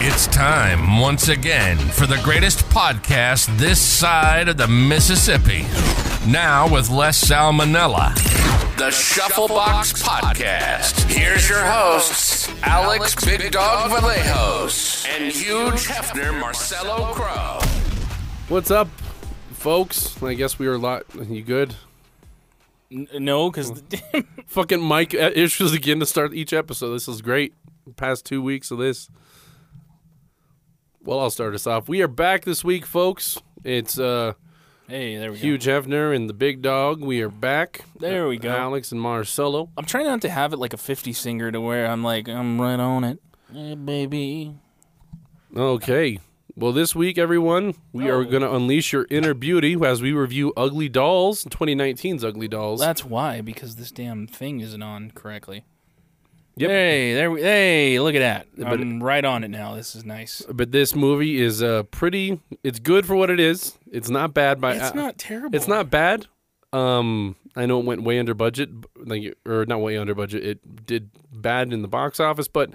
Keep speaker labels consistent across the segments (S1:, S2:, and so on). S1: It's time once again for the greatest podcast this side of the Mississippi. Now with Les Salmonella. The Shufflebox Podcast. Here's your hosts, Alex Big Dog Vallejos and Huge Hefner Marcelo Crow.
S2: What's up, folks? I guess we were lot. You good?
S3: N- no, because
S2: Fucking mic uh, issues again to start each episode. This is great. Past two weeks of this. Well, I'll start us off. We are back this week, folks. It's uh,
S3: hey, there we go.
S2: Huge Hefner and the Big Dog. We are back.
S3: There we go.
S2: Alex and Marcelo.
S3: I'm trying not to have it like a 50 singer to where I'm like I'm right on it, Hey, baby.
S2: Okay. Well, this week, everyone, we
S3: Oh.
S2: are going to unleash your inner beauty as we review Ugly Dolls, 2019's Ugly Dolls.
S3: That's why because this damn thing isn't on correctly.
S2: Yep.
S3: Hey, there we. Hey, look at that. I'm right on it now. This is nice.
S2: but this movie is uh, pretty. It's good for what it is. It's not bad by. I-
S3: It's not terrible.
S2: It's not bad. Um, I know it went way under budget, b- like or not way under budget. It did bad in the box office, but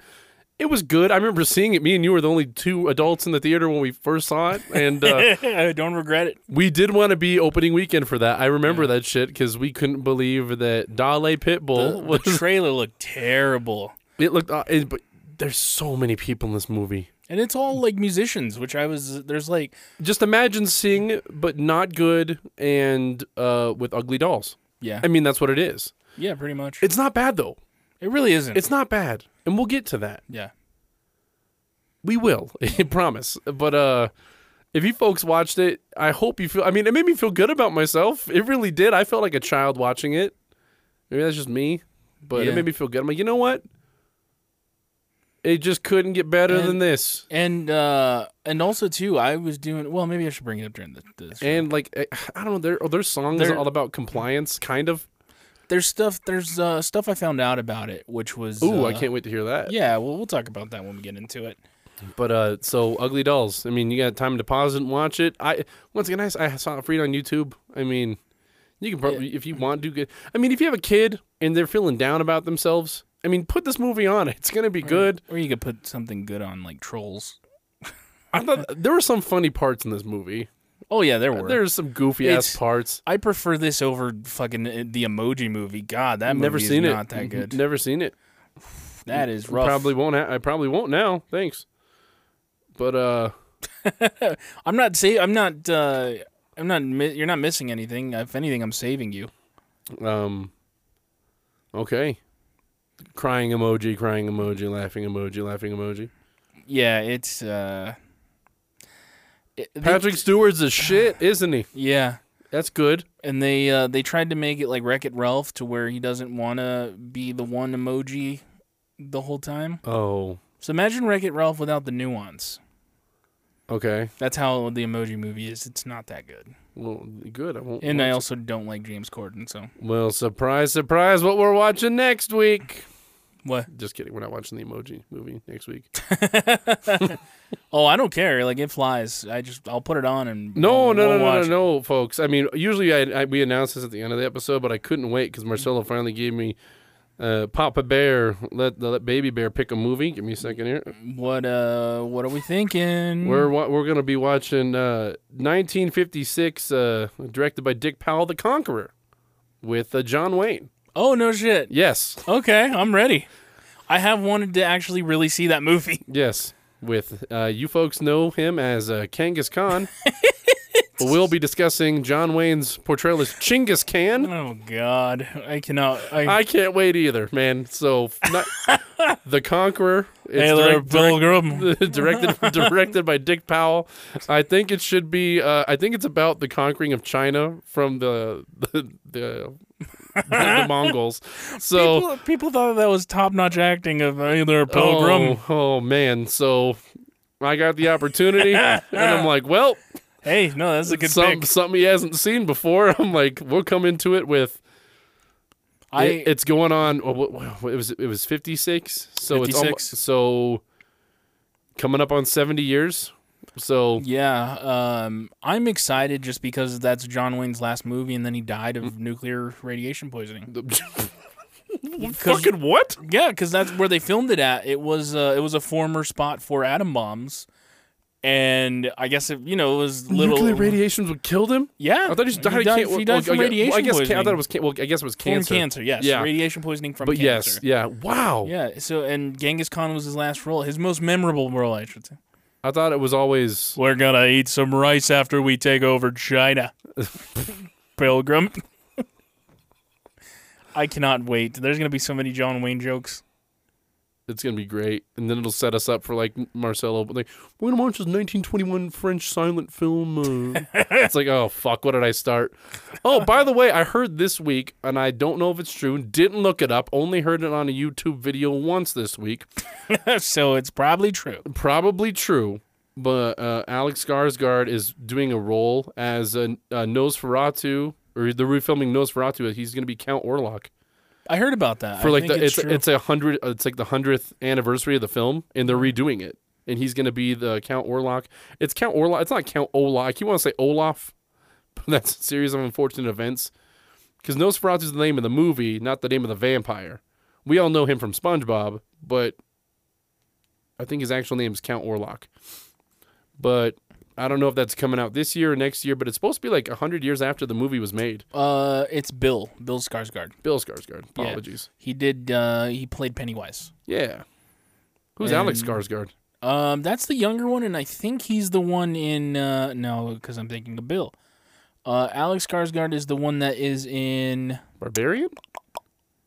S2: it was good. I remember seeing it. Me and you were the only two adults in the theater when we first saw it, and uh,
S3: I don't regret it.
S2: we did want to be opening weekend for that. I remember that shit because we couldn't believe that Dale Pitbull
S3: The
S2: was.
S3: trailer looked terrible,
S2: it looked, uh, it, but there's so many people in this movie.
S3: and it's all like musicians, which I was. There's like
S2: Just imagine Sing, but not good, and uh, with ugly dolls.
S3: yeah,
S2: I mean, that's what it is.
S3: yeah, pretty much.
S2: It's not bad though.
S3: it really isn't.
S2: It's not bad, and we'll get to that.
S3: yeah.
S2: We will, I promise. But uh, if you folks watched it, I hope you feel. I mean, it made me feel good about myself. It really did. I felt like a child watching it. Maybe that's just me, but it
S3: Yeah.
S2: made me feel good. I'm like, you know what? It just couldn't get better than
S3: And-
S2: this.
S3: And uh and also too, I was doing well. Maybe I should bring it up during the. the show.
S2: And like, I- I don't know. Their their song is
S3: They're-
S2: all about compliance, kind of.
S3: there's stuff. There's uh, stuff I found out about it, which was.
S2: Ooh,
S3: uh,
S2: I can't wait to hear that.
S3: Yeah, well, we'll talk about that when we get into it.
S2: But uh, so ugly dolls. I mean, you got time to pause it and watch it. I once again, I, s- I saw it free on YouTube. I mean, you can probably if you want to get. I mean, if you have a kid and they're feeling down about themselves, I mean, put this movie on. It's gonna be good.
S3: Or you could put something good on like trolls.
S2: I thought there were some funny parts in this movie.
S3: Oh yeah, there were.
S2: There's some goofy ass
S3: It's-
S2: parts.
S3: I prefer this over fucking uh, the Emoji Movie. God, that
S2: Never
S3: movie
S2: seen
S3: is
S2: it. Mm-hmm.
S3: not that good.
S2: Never seen it.
S3: that is rough.
S2: Probably won't. Ha- I probably won't now. Thanks. But uh,
S3: I'm not. Say I'm not. uh I'm not. Mi- you're not missing anything. If anything, I'm saving you.
S2: um, okay. Crying emoji, crying emoji, laughing emoji, laughing emoji.
S3: Yeah, it's. uh it- they-
S2: Patrick Stewart's a shit, isn't he?
S3: yeah.
S2: That's good.
S3: and they uh, they tried to make it like Wreck It Ralph to where he doesn't want to be the one emoji the whole time.
S2: Oh,
S3: So imagine Wreck It Ralph without the nuance.
S2: okay.
S3: That's how the emoji movie is. It's not that good.
S2: Well, good. I won't.
S3: And
S2: watch
S3: I
S2: it.
S3: also don't like James Corden. So
S2: Well, surprise, surprise, what we're watching next week.
S3: what?
S2: Just kidding. We're not watching the emoji movie next week.
S3: Oh, I don't care. Like it flies. I just I'll put it on and
S2: No,
S3: we'll
S2: no, no, no,
S3: watch
S2: no, no, folks. I mean, usually I, I we announce this at the end of the episode, but I couldn't wait because Marcelo finally gave me uh, Papa Bear, let the let Baby Bear pick a movie. Give me a second here.
S3: it. What uh? What are we thinking?
S2: We're wa- we're gonna be watching uh, 1956, uh, directed by Dick Powell, The Conqueror, with uh, John Wayne.
S3: oh no shit.
S2: Yes,
S3: Okay, I'm ready. I have wanted to actually really see that movie.
S2: yes. With uh, you folks know him as uh, Kangas Khan. but we'll be discussing John Wayne's portrayal as Chinggis Khan.
S3: Oh God, I cannot. I,
S2: I can't wait either, man. So not, the Conqueror. It's
S3: Hey there,
S2: direct-
S3: Bill Grubman.
S2: directed directed by Dick Powell. I think it should be. Uh, I think it's about the conquering of China from the the the, the Mongols. So
S3: people, people thought that was top notch acting of either Pilgrim.
S2: oh, oh man, so I got the opportunity, and I'm like, well,
S3: Hey, no, that's a good
S2: some,
S3: pick.
S2: something he hasn't seen before. I'm like, we'll come into it with.
S3: I
S2: it- it's going on. oh, what- what- what- It was it was 56. So it's almo-
S3: 56.
S2: so coming up on 70 years. So
S3: yeah, um, I'm excited just because that's John Wayne's last movie, and then he died of nuclear radiation poisoning.
S2: Fucking what?
S3: Yeah, because that's where they filmed it at. It was uh, it was a former spot for atom bombs, and I guess it, you know it was little
S2: Nuclear radiations would kill them.
S3: Yeah,
S2: I thought he just died. of
S3: died,
S2: can-
S3: he
S2: well,
S3: died
S2: well,
S3: from
S2: I guess-
S3: radiation
S2: well, I guess
S3: poisoning.
S2: can- I thought it was. Can- well, I guess it was
S3: From
S2: cancer.
S3: Yes,
S2: Yeah.
S3: radiation poisoning from
S2: But yes,
S3: cancer.
S2: yeah. Wow.
S3: Yeah, so and Genghis Khan was his last role, his most memorable role, I should say.
S2: I thought it was always.
S3: We're gonna eat some rice after we take over China, Pilgrim. I cannot wait. There's gonna be so many John Wayne jokes.
S2: It's gonna be great, and then it'll set us up for like Marcelo. But like, we're gonna watch this 1921 French silent film. uh." it's like, oh fuck, what did I start? Oh, by the way, I heard this week, and I don't know if it's true. Didn't look it up. Only heard it on a YouTube video once this week.
S3: so it's probably true.
S2: Probably true. But uh, Alex Skarsgård is doing a role as a, a Nosferatu, or they're refilming Nosferatu. He's going to be Count Orlok.
S3: I heard about that.
S2: for
S3: I
S2: like
S3: think
S2: the it's
S3: true.
S2: it's a hundred it's like the hundredth anniversary of the film, and they're redoing it, and he's gonna be the Count Orlok. It's Count Orlok. It's not Count Olaf. I keep want to say Olaf, but that's a series of unfortunate events. Because Nosferatu's the name of the movie, not the name of the vampire. We all know him from SpongeBob, but I think his actual name is Count Orlok. But I don't know if that's coming out this year or next year. But it's supposed to be like hundred years after the movie was made.
S3: uh, it's Bill, Bill Skarsgård.
S2: Bill Skarsgård.
S3: Yeah.
S2: Apologies.
S3: He did. Uh, he played Pennywise.
S2: Yeah. Who's Alex Skarsgård?
S3: Um, that's the younger one, and I think he's the one in. Uh, no, because I'm thinking of Bill. Uh, Alex Skarsgård is the one that is in.
S2: Barbarian?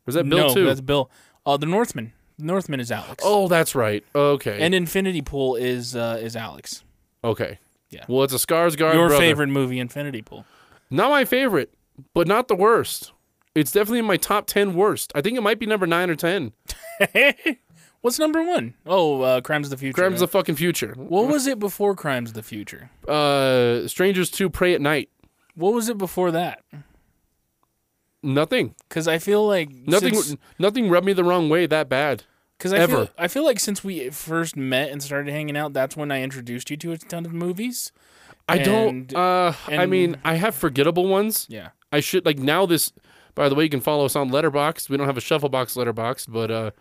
S2: Was that Bill
S3: no,
S2: too?
S3: that's Bill. Uh, the Northman. Northman is Alex.
S2: Oh, that's right. Okay.
S3: and Infinity Pool is uh, is Alex.
S2: okay.
S3: Yeah.
S2: Well, it's a Skarsgård.
S3: Your
S2: brother.
S3: favorite movie, Infinity Pool.
S2: Not my favorite, but not the worst. It's definitely in my top ten worst. I think it might be number nine or ten.
S3: What's number one? Oh, uh, Crimes of the Future.
S2: Crimes of the
S3: right?
S2: fucking future.
S3: What was it before Crimes of the Future?
S2: Uh, Strangers to Pray at Night.
S3: What was it before that?
S2: Nothing.
S3: Because I feel like
S2: Nothing.
S3: since-
S2: Nothing rubbed me the wrong way that bad.
S3: Because I
S2: Ever.
S3: feel I feel like since we first met and started hanging out, that's when I introduced you to a ton of movies.
S2: I
S3: And-
S2: don't. Uh, I
S3: and-
S2: mean, I have forgettable ones.
S3: Yeah.
S2: I should like now this. By the way, you can follow us on Letterbox. We don't have a Shufflebox Letterbox, but uh,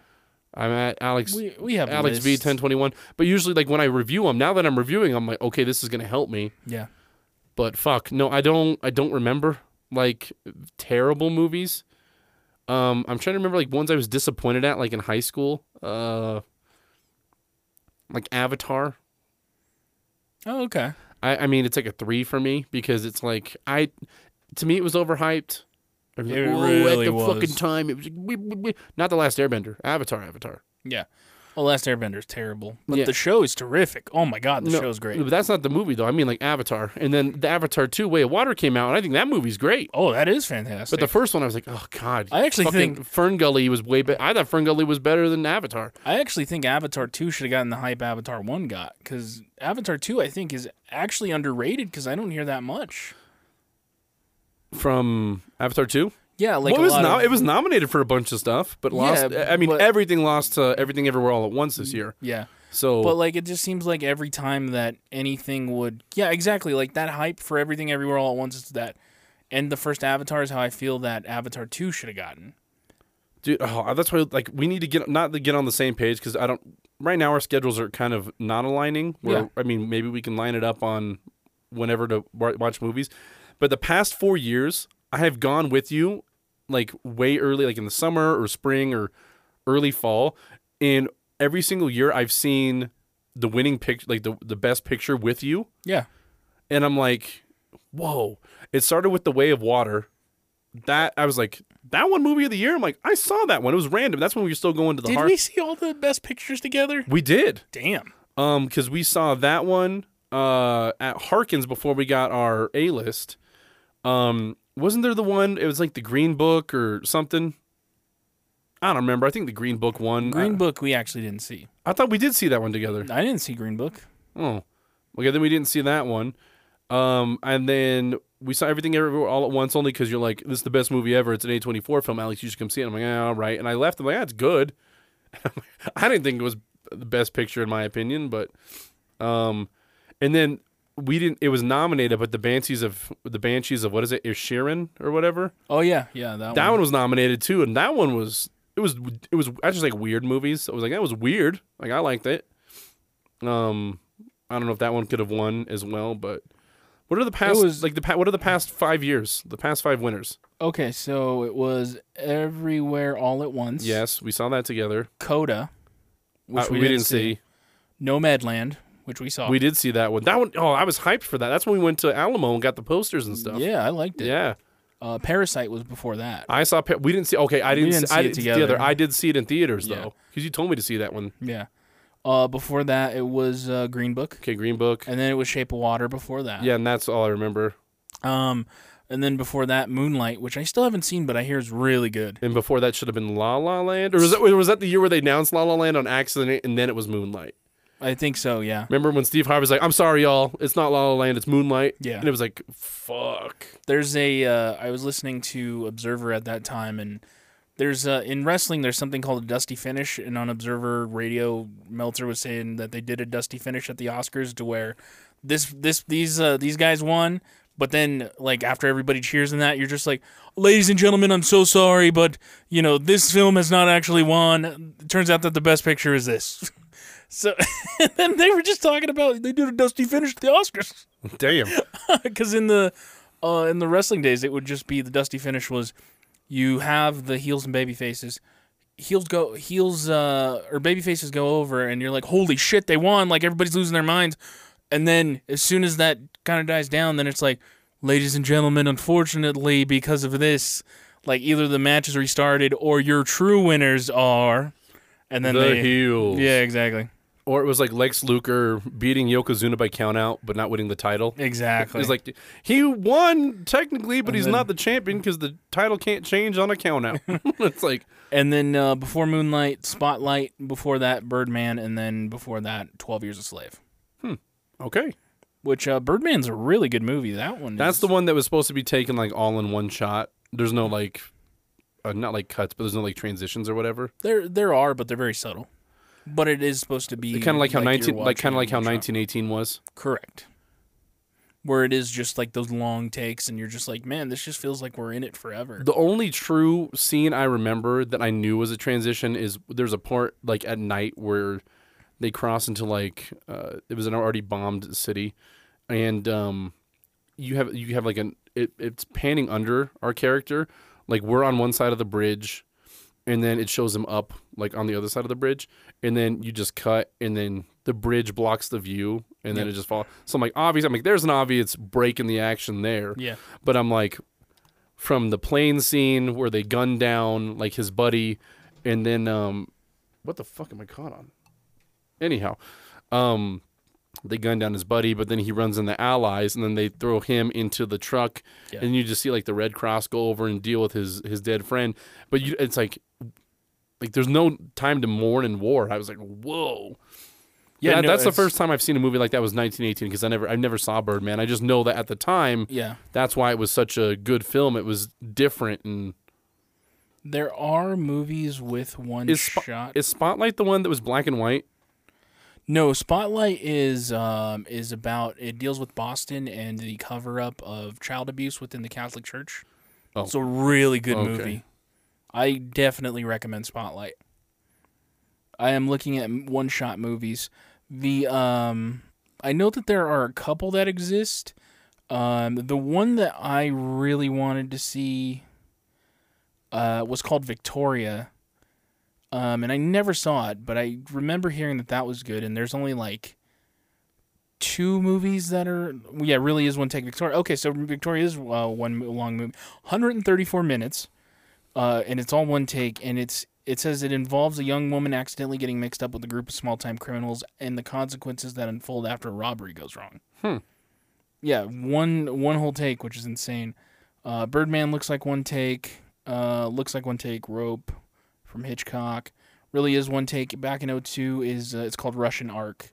S2: I'm at Alex
S3: We we have
S2: Alex V
S3: lists.
S2: ten twenty one. But usually, like when I review them, now that I'm reviewing, I'm like, okay, this is gonna help me.
S3: Yeah.
S2: But fuck, no, I don't. I don't remember like terrible movies. Um, I'm trying to remember like ones I was disappointed at, like in high school. Uh, like Avatar.
S3: Oh, okay.
S2: I, I mean, it's like a three for me because it's like I, to me, it was overhyped. I was like,
S3: It
S2: "Whoa,
S3: really
S2: at the
S3: was.
S2: fucking time. It was like, wee, wee, wee." not the last Airbender, Avatar, Avatar.
S3: Yeah. Well, Last Airbender is terrible, but
S2: Yeah.
S3: the show is terrific. Oh my god, the
S2: No,
S3: show's great.
S2: But that's not the movie though. I mean, like Avatar, and then the Avatar Two: Way of Water came out, and I think that movie's great.
S3: Oh, that is fantastic.
S2: But the first one, I was like, oh god.
S3: I actually
S2: fucking
S3: think-
S2: Fern Gully was way better. I thought Fern Gully was better than Avatar.
S3: I actually think Avatar two should have gotten the hype Avatar one got because Avatar two I think is actually underrated because I don't hear that much.
S2: From Avatar Two,
S3: Yeah, like
S2: well,
S3: a
S2: it was
S3: lot
S2: no-
S3: of-
S2: it was nominated for a bunch of stuff, but lost.
S3: Yeah,
S2: I mean,
S3: but-
S2: everything lost to Everything Everywhere All at Once this year.
S3: yeah.
S2: So
S3: But like it just seems like every time that anything would Yeah, exactly. Like that hype for everything everywhere all at once is that and the first Avatar is how I feel that Avatar two should have gotten.
S2: Dude, oh, that's why like we need to get not to get on the same page because I don't. Right now, our schedules are kind of not aligning. Where
S3: Yeah.
S2: I mean, maybe we can line it up on whenever to wa- watch movies. But the past four years, I have gone with you like way early, like in the summer or spring or early fall. And every single year, I've seen the winning picture, like the the best picture with you
S3: Yeah.
S2: and I'm like, whoa. It started with The Way of Water. That I was like, that one movie of the year. I'm like, I saw that one. It was random. That's when we were still going to the
S3: Did
S2: heart.
S3: we see all the best pictures together?
S2: We did.
S3: Damn.
S2: Um, because we saw that one uh at Harkins before we got our A list. Um, wasn't there the one? It was like the Green Book or something. I don't remember. I think the Green Book one.
S3: Green
S2: I,
S3: Book we actually didn't see.
S2: I thought we did see that one together.
S3: I didn't see Green Book.
S2: Oh, okay. Then we didn't see that one. Um, and then we saw everything everywhere all at once only because you're like, this is the best movie ever. It's an A24 film, Alex. You should come see it. I'm like, yeah, all right. And I left. I'm like, that's good. I didn't think it was the best picture in my opinion, but um, and then we didn't. It was nominated, but the Banshees of the Banshees of what is it? Is Sheeran or whatever?
S3: Oh yeah, yeah, that,
S2: That
S3: one.
S2: one was nominated too, and that one was it was it was I just like weird movies. I was like that was weird. Like I liked it. Um, I don't know if that one could have won as well, but what are the past
S3: was-
S2: like the pa- what are the past five years? The past five winners.
S3: Okay, so it was Everywhere All at Once.
S2: Yes, we saw that together.
S3: Coda, which
S2: Uh,
S3: we, didn't, see. Nomadland, which we saw.
S2: We did see that one. That one oh, I was hyped for that. That's when we went to Alamo and got the posters and stuff.
S3: Yeah, I liked it.
S2: Yeah.
S3: Uh, Parasite was before that.
S2: I saw. Pa- We didn't see. Okay, I didn't.
S3: didn't
S2: see, I
S3: see it
S2: didn't
S3: together.
S2: I did see it in theaters
S3: Yeah.
S2: though, because you told me to see that one.
S3: Yeah. Uh, before that, it was uh, Green Book,
S2: Okay, Green Book.
S3: and then it was Shape of Water. Before that,
S2: Yeah, and that's all I remember.
S3: Um, and then before that, Moonlight, which I still haven't seen, but I hear is really good.
S2: And before that should have been La La Land, or was that, was that the year where they announced La La Land on accident, and then it was Moonlight?
S3: I think so. Yeah.
S2: Remember when Steve Harvey's like, "I'm sorry, y'all, it's not La La Land, it's Moonlight."
S3: Yeah.
S2: and it was like, "Fuck."
S3: There's a. Uh, I was listening to Observer at that time, and there's uh, in wrestling there's something called a dusty finish, and on Observer Radio, Meltzer was saying that they did a dusty finish at the Oscars to where this this these uh, these guys won. But then, like after everybody cheers and that, you're just like, "Ladies and gentlemen, I'm so sorry, but you know this film has not actually won." It turns out that the best picture is this. So, and then they were just talking about they did a dusty finish at the Oscars.
S2: Damn.
S3: Because in the uh, in the wrestling days, it would just be the dusty finish was you have the heels and baby faces. Heels go heels uh, or baby faces go over, and you're like, holy shit, they won! Like everybody's losing their minds. And then as soon as that kind of dies down, then it's like, ladies and gentlemen, unfortunately, because of this, like either the match is restarted or your true winners are, and then
S2: the
S3: they
S2: heels.
S3: yeah exactly
S2: Or it was like Lex Luger beating Yokozuna by countout, but not winning the title.
S3: exactly
S2: It's like he won technically, but he's
S3: then-
S2: not the champion because the title can't change on a countout. it's like
S3: And then uh, before Moonlight, Spotlight. Before that, Birdman, and then before that, Twelve Years a Slave.
S2: okay,
S3: Which uh, Birdman's a really good movie. That one.
S2: that's
S3: is-
S2: the one that was supposed to be taken like all in one shot. There's no like, uh, not like cuts, but there's no like transitions or whatever.
S3: there. There are, but they're very subtle. But it is supposed to be
S2: Kind of like how
S3: you're
S2: nineteen, like kind of
S3: watching
S2: like how
S3: a shot.
S2: nineteen eighteen was.
S3: Correct. Where it is just like those long takes, and you're just like, man, this just feels like we're in it forever.
S2: The only true scene I remember that I knew was a transition is there's a part like at night where they cross into like uh, it was an already bombed city, and um, you have you have like an it, it's panning under our character, like we're on one side of the bridge, and then it shows him up like on the other side of the bridge, and then you just cut, and then the bridge blocks the view, and then it just falls. So I'm like obvious. I'm like there's an obvious break in the action there
S3: yeah.
S2: but I'm like from the plane scene where they gun down like his buddy and then um what the fuck am I caught on? Anyhow, um they gun down his buddy, but then he runs in the allies and then they throw him into the truck
S3: Yeah.
S2: and you just see like the Red Cross go over and deal with his his dead friend. But you it's like like there's no time to mourn in war. I was like, whoa.
S3: Yeah,
S2: Yeah,
S3: no,
S2: that's the
S3: it's-
S2: first time I've seen a movie like that was 1918 because I never I never saw Birdman. I just know that at the time
S3: Yeah.
S2: that's why it was such a good film. It was different and
S3: There are movies with one
S2: is, Spo-
S3: shot.
S2: is Spotlight the one that was black and white?
S3: No, Spotlight is um, is about it deals with Boston and the cover up of child abuse within the Catholic Church.
S2: Oh.
S3: It's a really good
S2: Okay.
S3: movie. I definitely recommend Spotlight. I am looking at one shot movies. The um, I know that there are a couple that exist. Um, the one that I really wanted to see uh, was called Victoria. Um, and I never saw it, but I remember hearing that that was good. And there's only like two movies that are yeah, really is one take Victoria. Okay, so Victoria is uh, one mo- long movie, 134 minutes, uh, and it's all one take. And it's it says it involves a young woman accidentally getting mixed up with a group of small time criminals and the consequences that unfold after a robbery goes wrong. Yeah, one one whole take, which is insane. Uh, Birdman looks like one take. Uh, looks like one take. Rope from Hitchcock really is one take. Back in 02 is uh, it's called Russian Ark,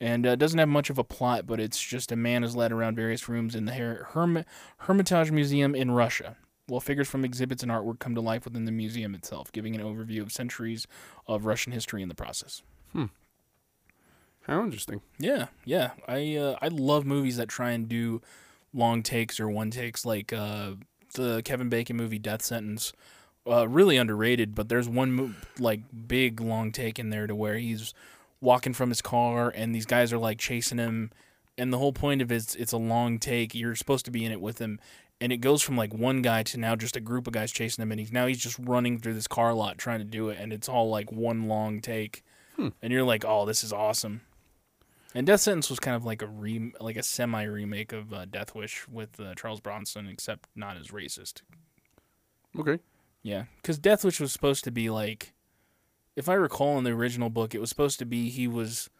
S3: and uh, doesn't have much of a plot, but it's just a man is led around various rooms in the Her- Herm- Hermitage Museum in Russia. While figures from exhibits and artwork come to life within the museum itself, giving an overview of centuries of Russian history in the process.
S2: How interesting.
S3: Yeah, yeah. I uh, I love movies that try and do long takes or one takes, like uh, the Kevin Bacon movie Death Sentence. uh, really underrated. But there's one mo- like big long take in there to where he's walking from his car and these guys are like chasing him, and the whole point of it's it's a long take. You're supposed to be in it with him, and it goes from like one guy to now just a group of guys chasing him, and he's now he's just running through this car lot trying to do it, and it's all like one long take, and you're like, oh, this is awesome. And Death Sentence was kind of like a re- like a semi remake of uh, Death Wish with uh, Charles Bronson, except not as racist.
S2: Okay.
S3: Yeah, because Death Wish was supposed to be like, if I recall in the original book, it was supposed to be he was,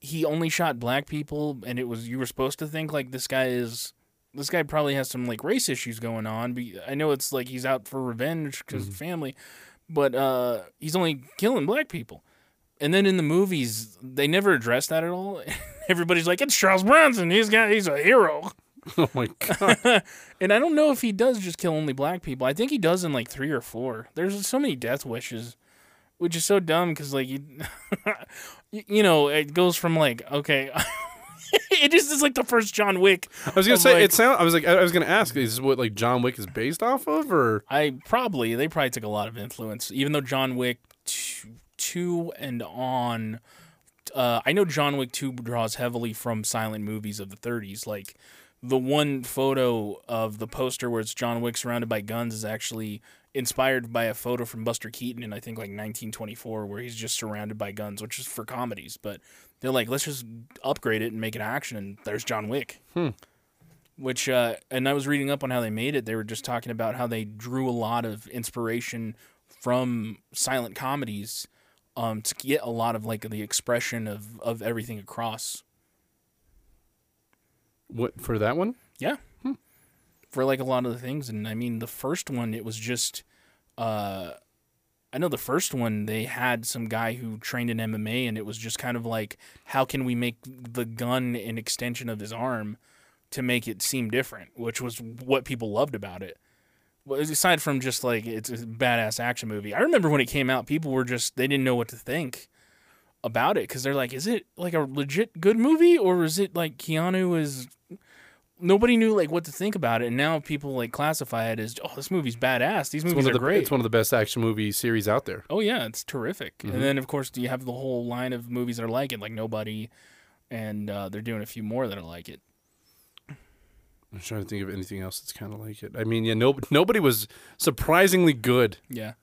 S3: he only shot black people, and it was you were supposed to think like this guy is, this guy probably has some like race issues going on. But I know it's like he's out for revenge because family, but uh, he's only killing black people. And then in the movies, they never address that at all. Everybody's like, it's Charles Bronson. He's got, he's a hero.
S2: Oh my god.
S3: And I don't know if he does just kill only black people. I think he does in like three or four. There's so many death wishes, which is so dumb because like you, you, you know, it goes from like okay, it just is like the first John Wick.
S2: I was gonna
S3: of,
S2: say
S3: like-
S2: it sound. I was like I I was gonna ask. Is this what like John Wick is based off of, or
S3: I probably they probably took a lot of influence, even though John Wick two, two and on. Uh, I know John Wick two draws heavily from silent movies of the 30s, like. The one photo of the poster where it's John Wick surrounded by guns is actually inspired by a photo from Buster Keaton in I think like 1924 where he's just surrounded by guns, which is for comedies. But they're like, let's just upgrade it and make it action, and there's John Wick which uh, and I was reading up on how they made it. They were just talking about how they drew a lot of inspiration from silent comedies um, to get a lot of like the expression of of everything across.
S2: what for that one?
S3: Yeah, for like a lot of the things, and I mean the first one it was just. Uh, I know the first one they had some guy who trained in MMA, and it was just kind of like, how can we make the gun an extension of his arm to make it seem different, which was what people loved about it. Well, aside from just like it's a badass action movie, I remember when it came out, people were just they didn't know what to think about it because they're like, is it like a legit good movie or is it like Keanu is? Nobody knew like what to think about it, and now people like classify it as, oh, this movie's badass. These
S2: It's
S3: movies
S2: one of
S3: are
S2: the
S3: great.
S2: It's one of the best action movie series out there.
S3: Oh yeah, it's terrific. And then of course you have the whole line of movies that are like it, like Nobody, and uh, they're doing a few more that are like it.
S2: I'm trying to think of anything else that's kind of like it. I mean, yeah, no, nobody was surprisingly good.
S3: Yeah,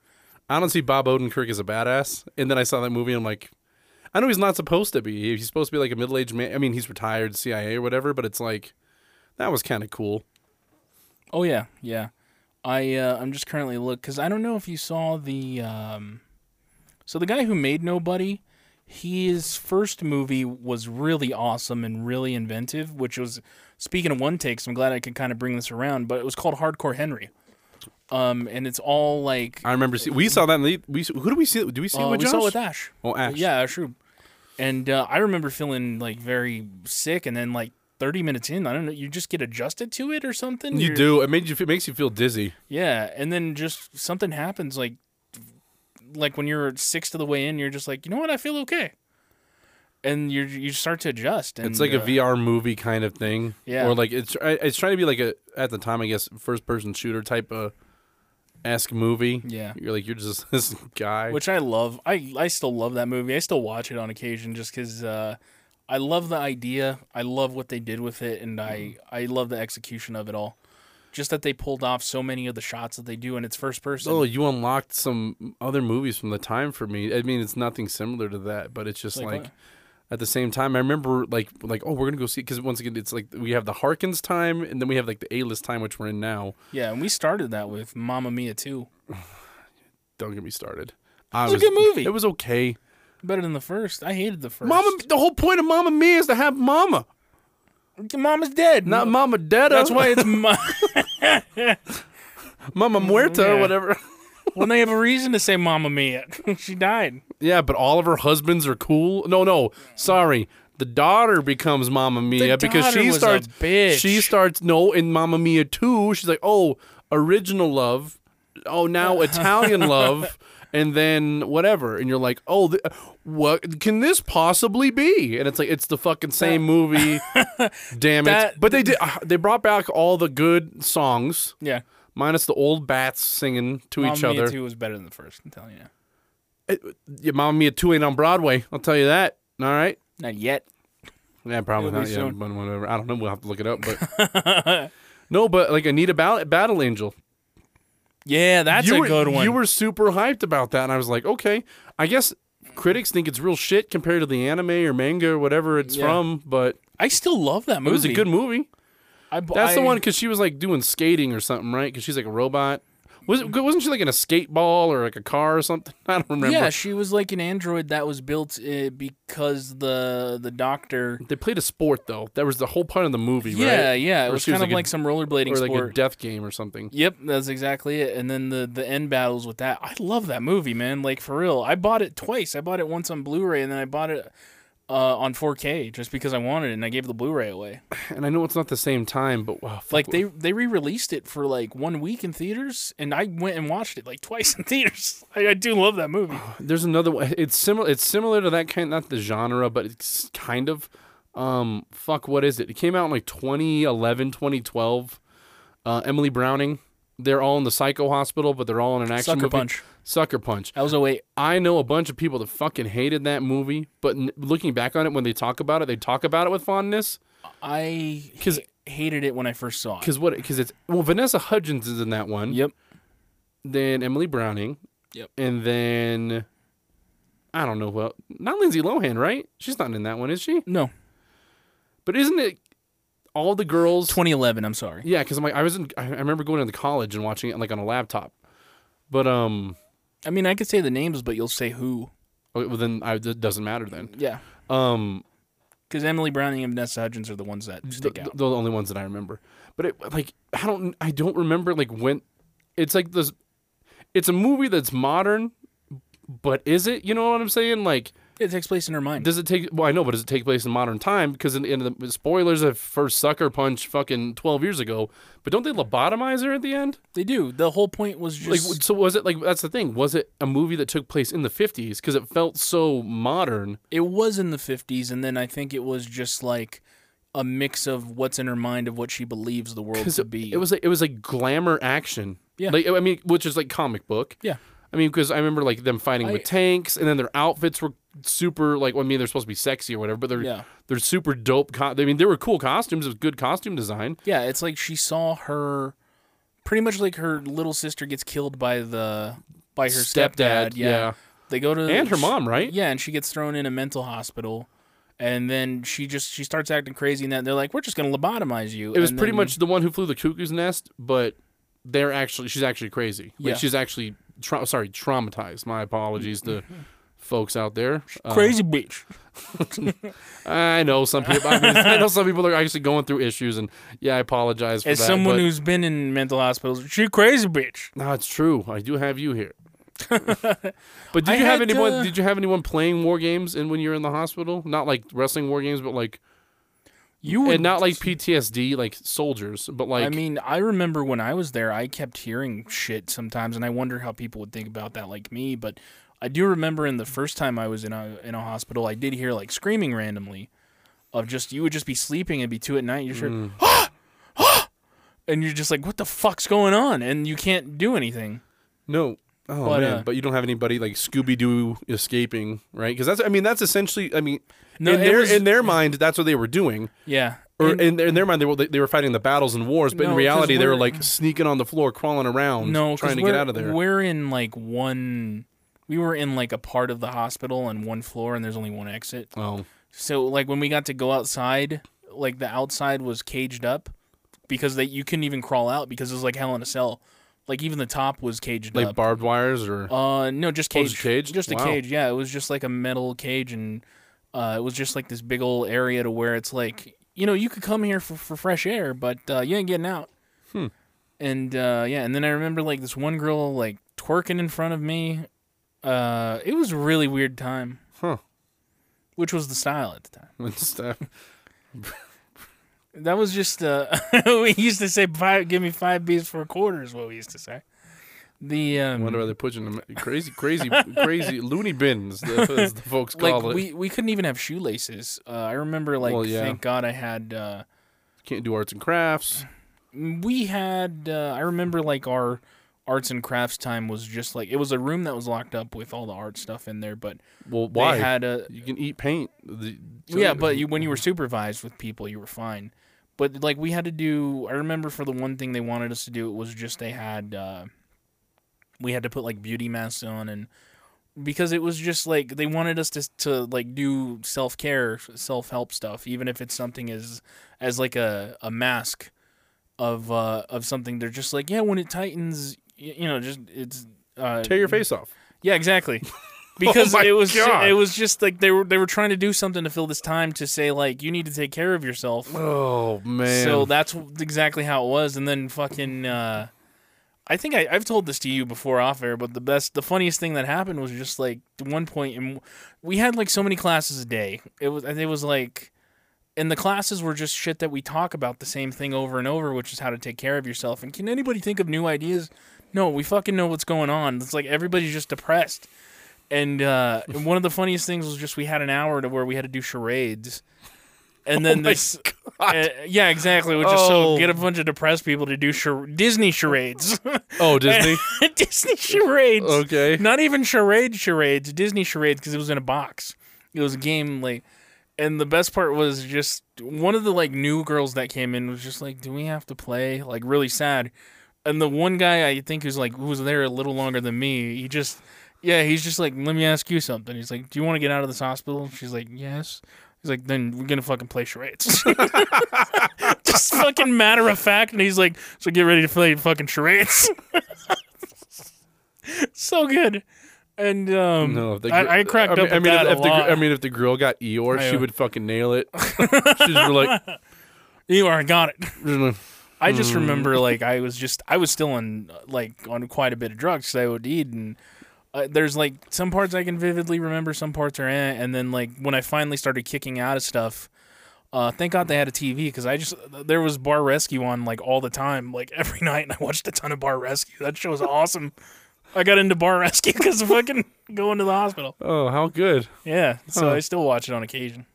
S2: I don't see Bob Odenkirk as a badass, and then I saw that movie. and I'm like, I know he's not supposed to be. He's supposed to be like a middle aged man. I mean, he's retired CIA or whatever, but it's like that was kind of cool.
S3: Oh yeah, yeah. I uh, I'm just currently look because I don't know if you saw the um, so the guy who made Nobody, his first movie was really awesome and really inventive, which was speaking of one takes. I'm glad I could kind of bring this around, but it was called Hardcore Henry, um, and it's all like
S2: I remember see, we saw that. In the, we who do we see? Do we see it
S3: uh,
S2: with
S3: we saw
S2: Josh?
S3: it with Ash.
S2: Oh, Ash.
S3: Yeah, true. And uh, I remember feeling like very sick, and then like 30 minutes in, I don't know, you just get adjusted to it or something.
S2: You
S3: You're-
S2: do. It made you. It makes you feel dizzy.
S3: Yeah, and then just something happens like like when you're sixth of the way in, you're just like, you know what, I feel okay. And you you start to adjust. And,
S2: It's like a
S3: uh,
S2: VR movie kind of thing.
S3: Yeah.
S2: Or like it's I- it's trying to be like a at the time I guess first person shooter type of esque movie.
S3: Yeah.
S2: You're like you're just this guy.
S3: which I love. I I still love that movie. I still watch it on occasion just because uh, I love the idea. I love what they did with it, and I
S2: Mm-hmm.
S3: I love the execution of it all. Just that they pulled off so many of the shots that they do, and it's first person.
S2: oh, you unlocked some other movies from the time for me. I mean, it's nothing similar to that, but it's just
S3: Like
S2: like.
S3: what?
S2: at the same time, I remember like like oh we're gonna go see because once again it's like we have the Harkins time and then we have like the A list time which we're in now.
S3: Yeah, and we started that with Mamma Mia too.
S2: Don't get me started. I
S3: was a good movie.
S2: It was okay.
S3: Better than the first. I hated the first.
S2: Mama, the whole point of Mama Mia is to have Mama,
S3: Mama's dead.
S2: not Mama Detta.
S3: That's why it's ma-
S2: Mama Muerta
S3: yeah.
S2: or whatever.
S3: when they have a reason to say "Mamma Mia," she died.
S2: Yeah, but all of her husbands are cool. No, no, sorry. The daughter becomes Mamma Mia because
S3: daughter
S2: she
S3: was a
S2: starts.
S3: bitch.
S2: She starts no in Mamma Mia two. She's like, oh, original love. Oh, now Italian love, and then whatever. And you're like, oh, th- what can this possibly be? And it's like it's the fucking same movie. Damn it!
S3: That-
S2: but they did. Uh, they brought back all the good songs.
S3: Yeah,
S2: minus the old bats singing to each
S3: Mamma Mia
S2: other.
S3: Two was better than the first. I'm telling you. now.
S2: Your Mamma Mia 2 ain't on Broadway. I'll tell you that. All right.
S3: Not yet.
S2: Yeah, probably
S3: It'll
S2: not.
S3: be
S2: Yeah,
S3: soon.
S2: but whatever. I don't know. We'll have to look it up. But no, but like Anita Ball- Battle Angel.
S3: Yeah, that's
S2: you
S3: a
S2: were,
S3: good one.
S2: You were super hyped about that, and I was like, okay, I guess critics think it's real shit compared to the anime or manga or whatever it's
S3: Yeah.
S2: from. But
S3: I still love that movie.
S2: it was a good movie.
S3: I, bu-
S2: That's the
S3: I-
S2: one because she was like doing skating or something, right? Because she's like a robot. Was it, wasn't she like in a skate ball or like a car or something? I don't remember.
S3: Yeah, she was like an android that was built uh, because the the doctor.
S2: They played a sport though. That was the whole part of the movie,
S3: Yeah,
S2: right?
S3: yeah, it
S2: Or
S3: was
S2: she
S3: kind
S2: was
S3: of
S2: like a-
S3: like some rollerblading
S2: Or like
S3: sport.
S2: a death game or something.
S3: Yep, that's exactly it. And then the the end battles with that. I love that movie, man. Like for real. I bought it twice. I bought it once on Blu-ray and then I bought it uh, on 4K just because I wanted it and I gave the Blu-ray away.
S2: And I know it's not the same time, but wow, fuck,
S3: Like they they re-released it for like one week in theaters and I went and watched it like twice in theaters. I, I do love that movie.
S2: there's another one. It's similar. It's similar to that kind, not the genre, but it's kind of. Um, fuck, what is it? It came out in like 2011, 2012. Uh, Emily Browning. They're all in the psycho hospital, but they're all in an action
S3: Sucker
S2: movie.
S3: Punch.
S2: Sucker Punch.
S3: That was a wait.
S2: I know a bunch of people that fucking hated that movie, but n- looking back on it, when they talk about it, they talk about it with fondness.
S3: I
S2: 'Cause-
S3: ha- hated it when I first saw it.
S2: Because what? Because it's well, Vanessa Hudgens is in that one.
S3: Yep.
S2: Then Emily Browning.
S3: Yep.
S2: And then I don't know what. Not Lindsay Lohan, right? She's not in that one, is she?
S3: No.
S2: But isn't it all the girls?
S3: 2011, I'm sorry.
S2: yeah, because I'm like I was in. I I remember going into college and watching it like on a laptop. But um,
S3: I mean, I could say the names, but you'll say who.
S2: okay, well then I, it doesn't matter then.
S3: Yeah.
S2: Um,
S3: Because Emily Browning and Vanessa Hudgens are the ones that stick
S2: the,
S3: out.
S2: the only ones that I remember. But it, like I don't I don't remember like when it's like this it's a movie that's modern but is it? You know what I'm saying? Like
S3: It takes place in her mind.
S2: does it take well I know but does it take place in modern time because in, in the spoilers of first sucker punch fucking 12 years ago, but don't they lobotomize her at the end?
S3: they do. The whole point was
S2: Like
S3: just
S2: so was it like that's the thing. Was it a movie that took place in the 50s because it felt so modern?
S3: it was in the fifties, and then I think it was just like a mix of what's in her mind of what she believes the world
S2: 'Cause
S3: to
S2: it,
S3: be.
S2: it was like it was like glamour action.
S3: Yeah.
S2: Like I mean which is like comic book.
S3: yeah,
S2: I mean, because I remember like them fighting
S3: I-
S2: with tanks, and then their outfits were super like. Well, I mean, they're supposed to be sexy or whatever, but they're
S3: Yeah.
S2: they're super dope. Co- I mean, they were cool costumes. It was good costume design.
S3: yeah. It's like she saw her, pretty much like her little sister gets killed by the by her stepdad.
S2: Stepdad,
S3: yeah.
S2: yeah.
S3: they go to
S2: And her
S3: she-
S2: mom, right?
S3: Yeah, and she gets thrown in a mental hospital. And then she just she starts acting crazy, and that they're like, "We're just gonna lobotomize you."
S2: It was
S3: and
S2: pretty
S3: then-
S2: much the one who flew the cuckoo's nest, but they're actually she's actually crazy. Like
S3: Yeah.
S2: she's actually tra- sorry traumatized. My apologies to folks out there. Uh,
S3: crazy bitch.
S2: I know some people. I, mean, I know some people are actually going through issues, and yeah, I apologize for
S3: As
S2: that.
S3: someone
S2: but-
S3: who's been in mental hospitals, she crazy bitch.
S2: No, it's true. I do have you here. but did
S3: I
S2: you have
S3: had,
S2: anyone?
S3: uh,
S2: Did you have anyone playing war games? And when you're in the hospital, not like wrestling war games, but like
S3: You would
S2: and not like PTSD, like soldiers, but like
S3: I mean, I remember when I was there, I kept hearing shit sometimes, and I wonder how people would think about that, like me. But I do remember in the first time I was in a in a hospital, I did hear like screaming randomly, of just you would just be sleeping and be two at night, and you're sure,
S2: Mm.
S3: "Ah! and you're just like, what the fuck's going on, and you can't do anything.
S2: no. Oh
S3: But,
S2: man,
S3: uh,
S2: but you don't have anybody like Scooby Doo escaping, right? Because that's I mean that's essentially I mean
S3: No,
S2: in
S3: it
S2: their
S3: was-
S2: in their mind that's what they were doing.
S3: Yeah,
S2: Or
S3: And-
S2: in, their, in their mind, they were they were fighting the battles and wars, but
S3: No,
S2: in
S3: 'cause
S2: reality, they were
S3: we're-
S2: like sneaking on the floor, crawling around,
S3: no, 'cause
S2: trying to
S3: we're-
S2: get out of there.
S3: We're in like one. We were in like a part of the hospital and one floor, and there's only one exit.
S2: Oh,
S3: So like when we got to go outside, like the outside was caged up because they you couldn't even crawl out because it was like hell in a cell. Like even the top was caged
S2: like
S3: up.
S2: barbed wires or
S3: uh no, just
S2: Oh,
S3: cage.
S2: just caged?
S3: Just a
S2: Wow.
S3: cage. Yeah, it was just like a metal cage and uh it was just like this big old area to where it's like, you know, you could come here for, for fresh air, but uh you ain't getting out.
S2: Hmm.
S3: And uh yeah, and then I remember like this one girl like twerking in front of me. Uh it was a really weird time,
S2: huh?
S3: which was the style at the time.
S2: and stuff.
S3: That was just uh, we used to say five. Give me five beats for a quarter is what we used to say. The um,
S2: Wonder why they're pushing them crazy, crazy, crazy loony bins. The, as the folks
S3: like
S2: call it.
S3: we, we couldn't even have shoelaces. Uh, I remember like
S2: Well, yeah.
S3: thank God I had uh,
S2: Can't do arts and crafts.
S3: we had uh, I remember like our arts and crafts time was just like it was a room that was locked up with all the art stuff in there, but
S2: Well, why?
S3: they had a
S2: you can eat paint. The-
S3: yeah, but you, when you were supervised with people, you were fine. But like we had to do, I remember for the one thing they wanted us to do, it was just they had uh, we had to put like beauty masks on, and because it was just like they wanted us to to like do self care, self help stuff, even if it's something as as like a a mask of uh of something. They're just like, yeah, when it tightens, y- you know, just it's uh,
S2: tear your face off.
S3: yeah, exactly. Because
S2: Oh my
S3: it was
S2: God.
S3: it was just like they were they were trying to do something to fill this time to say like you need to take care of yourself.
S2: Oh man.
S3: So that's exactly how it was. And then fucking, uh, I think I, I've told this to you before off air, but the best, the funniest thing that happened was just like the one point, and we had like so many classes a day. It was, and it was like, and the classes were just shit that we talk about the same thing over and over, which is how to take care of yourself. And can anybody think of new ideas? No, we fucking know what's going on. It's like everybody's just depressed. And, uh, and one of the funniest things was just we had an hour to where we had to do charades. And then this, uh, yeah, exactly. Which is so
S2: Oh.
S3: get a bunch of depressed people to do char- Disney charades,
S2: oh Disney.
S3: Disney charades.
S2: okay.
S3: Not even charade charades, Disney charades, because it was in a box. It was a game like, and the best part was just one of the like new girls that came in was just like, "Do we have to play?" Like really sad. And the one guy I think who's like who was there a little longer than me, he just, yeah, he's just like, "Let me ask you something." He's like, "Do you want to get out of this hospital?" She's like, "Yes." He's like, "Then we're gonna fucking play charades." just fucking matter of fact, and he's like, "So get ready to play fucking charades." so good, and um,
S2: No, if the gr-
S3: I, I cracked
S2: mean,
S3: up.
S2: I
S3: at
S2: mean,
S3: that
S2: if,
S3: a
S2: the gr-
S3: lot.
S2: I mean, if the girl got Eeyore,
S3: I
S2: she
S3: know.
S2: would fucking nail it. She's like,
S3: you are got it. I just remember like I was just I was still on like on quite a bit of drugs 'cause I OD'd and uh, there's like some parts I can vividly remember, some parts are eh, and then like when I finally started kicking out of stuff. Uh, thank God they had a TV because I just there was Bar Rescue on like all the time, like every night, and I watched a ton of Bar Rescue. That show was awesome. I got into Bar Rescue because of fucking going to the hospital.
S2: oh, how good.
S3: Yeah, so
S2: Huh.
S3: I still watch it on occasion.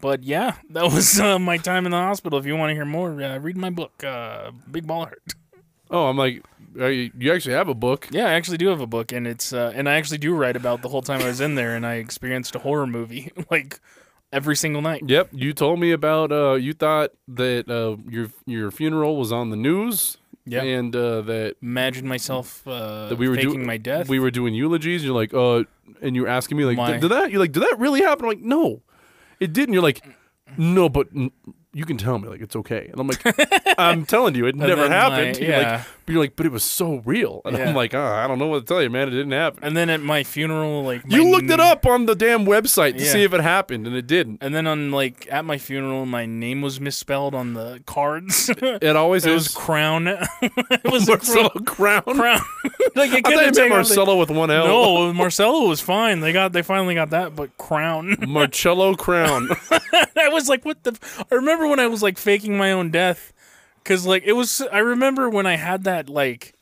S3: But yeah, that was uh, my time in the hospital. If you want to hear more, uh, read my book, uh, Big Ball Heart.
S2: Oh, I'm like, uh, you you actually have a book.
S3: Yeah, I actually do have a book, and it's uh, and I actually do write about the whole time I was in there, and I experienced a horror movie like every single night.
S2: Yep, you told me about. Uh, you thought that uh, your your funeral was on the news.
S3: Yeah.
S2: and uh, that
S3: Imagine myself uh,
S2: that we were
S3: faking
S2: doing
S3: my death.
S2: We were doing eulogies. You're like, uh, and you're asking me like,
S3: My-
S2: did did that? You're like, did that really happen? I'm like, no, it didn't. You're like, no, but n- you can tell me like it's okay. And I'm like, I'm telling you, it never
S3: then,
S2: happened.
S3: like,
S2: You're like-
S3: yeah.
S2: but you're like, but it was so real. And
S3: Yeah.
S2: I'm like, oh, I don't know what to tell you, man. It didn't happen.
S3: and then at my funeral, like my
S2: you looked it
S3: n-
S2: up on the damn website to
S3: Yeah.
S2: see if it happened, and it didn't.
S3: and then on like at my funeral, my name was misspelled on the cards. it
S2: It always
S3: was
S2: is.
S3: crown. it was a
S2: Marcelo
S3: crown.
S2: Crown.
S3: crown. like it
S2: I
S3: couldn't
S2: thought you meant
S3: take off the-
S2: Marcelo with one L.
S3: No, Marcelo was fine. They got they finally got that, but crown.
S2: Marcello Crown.
S3: I was like, what the? f-" I remember when I was like faking my own death, because like it was. I remember when I had that like,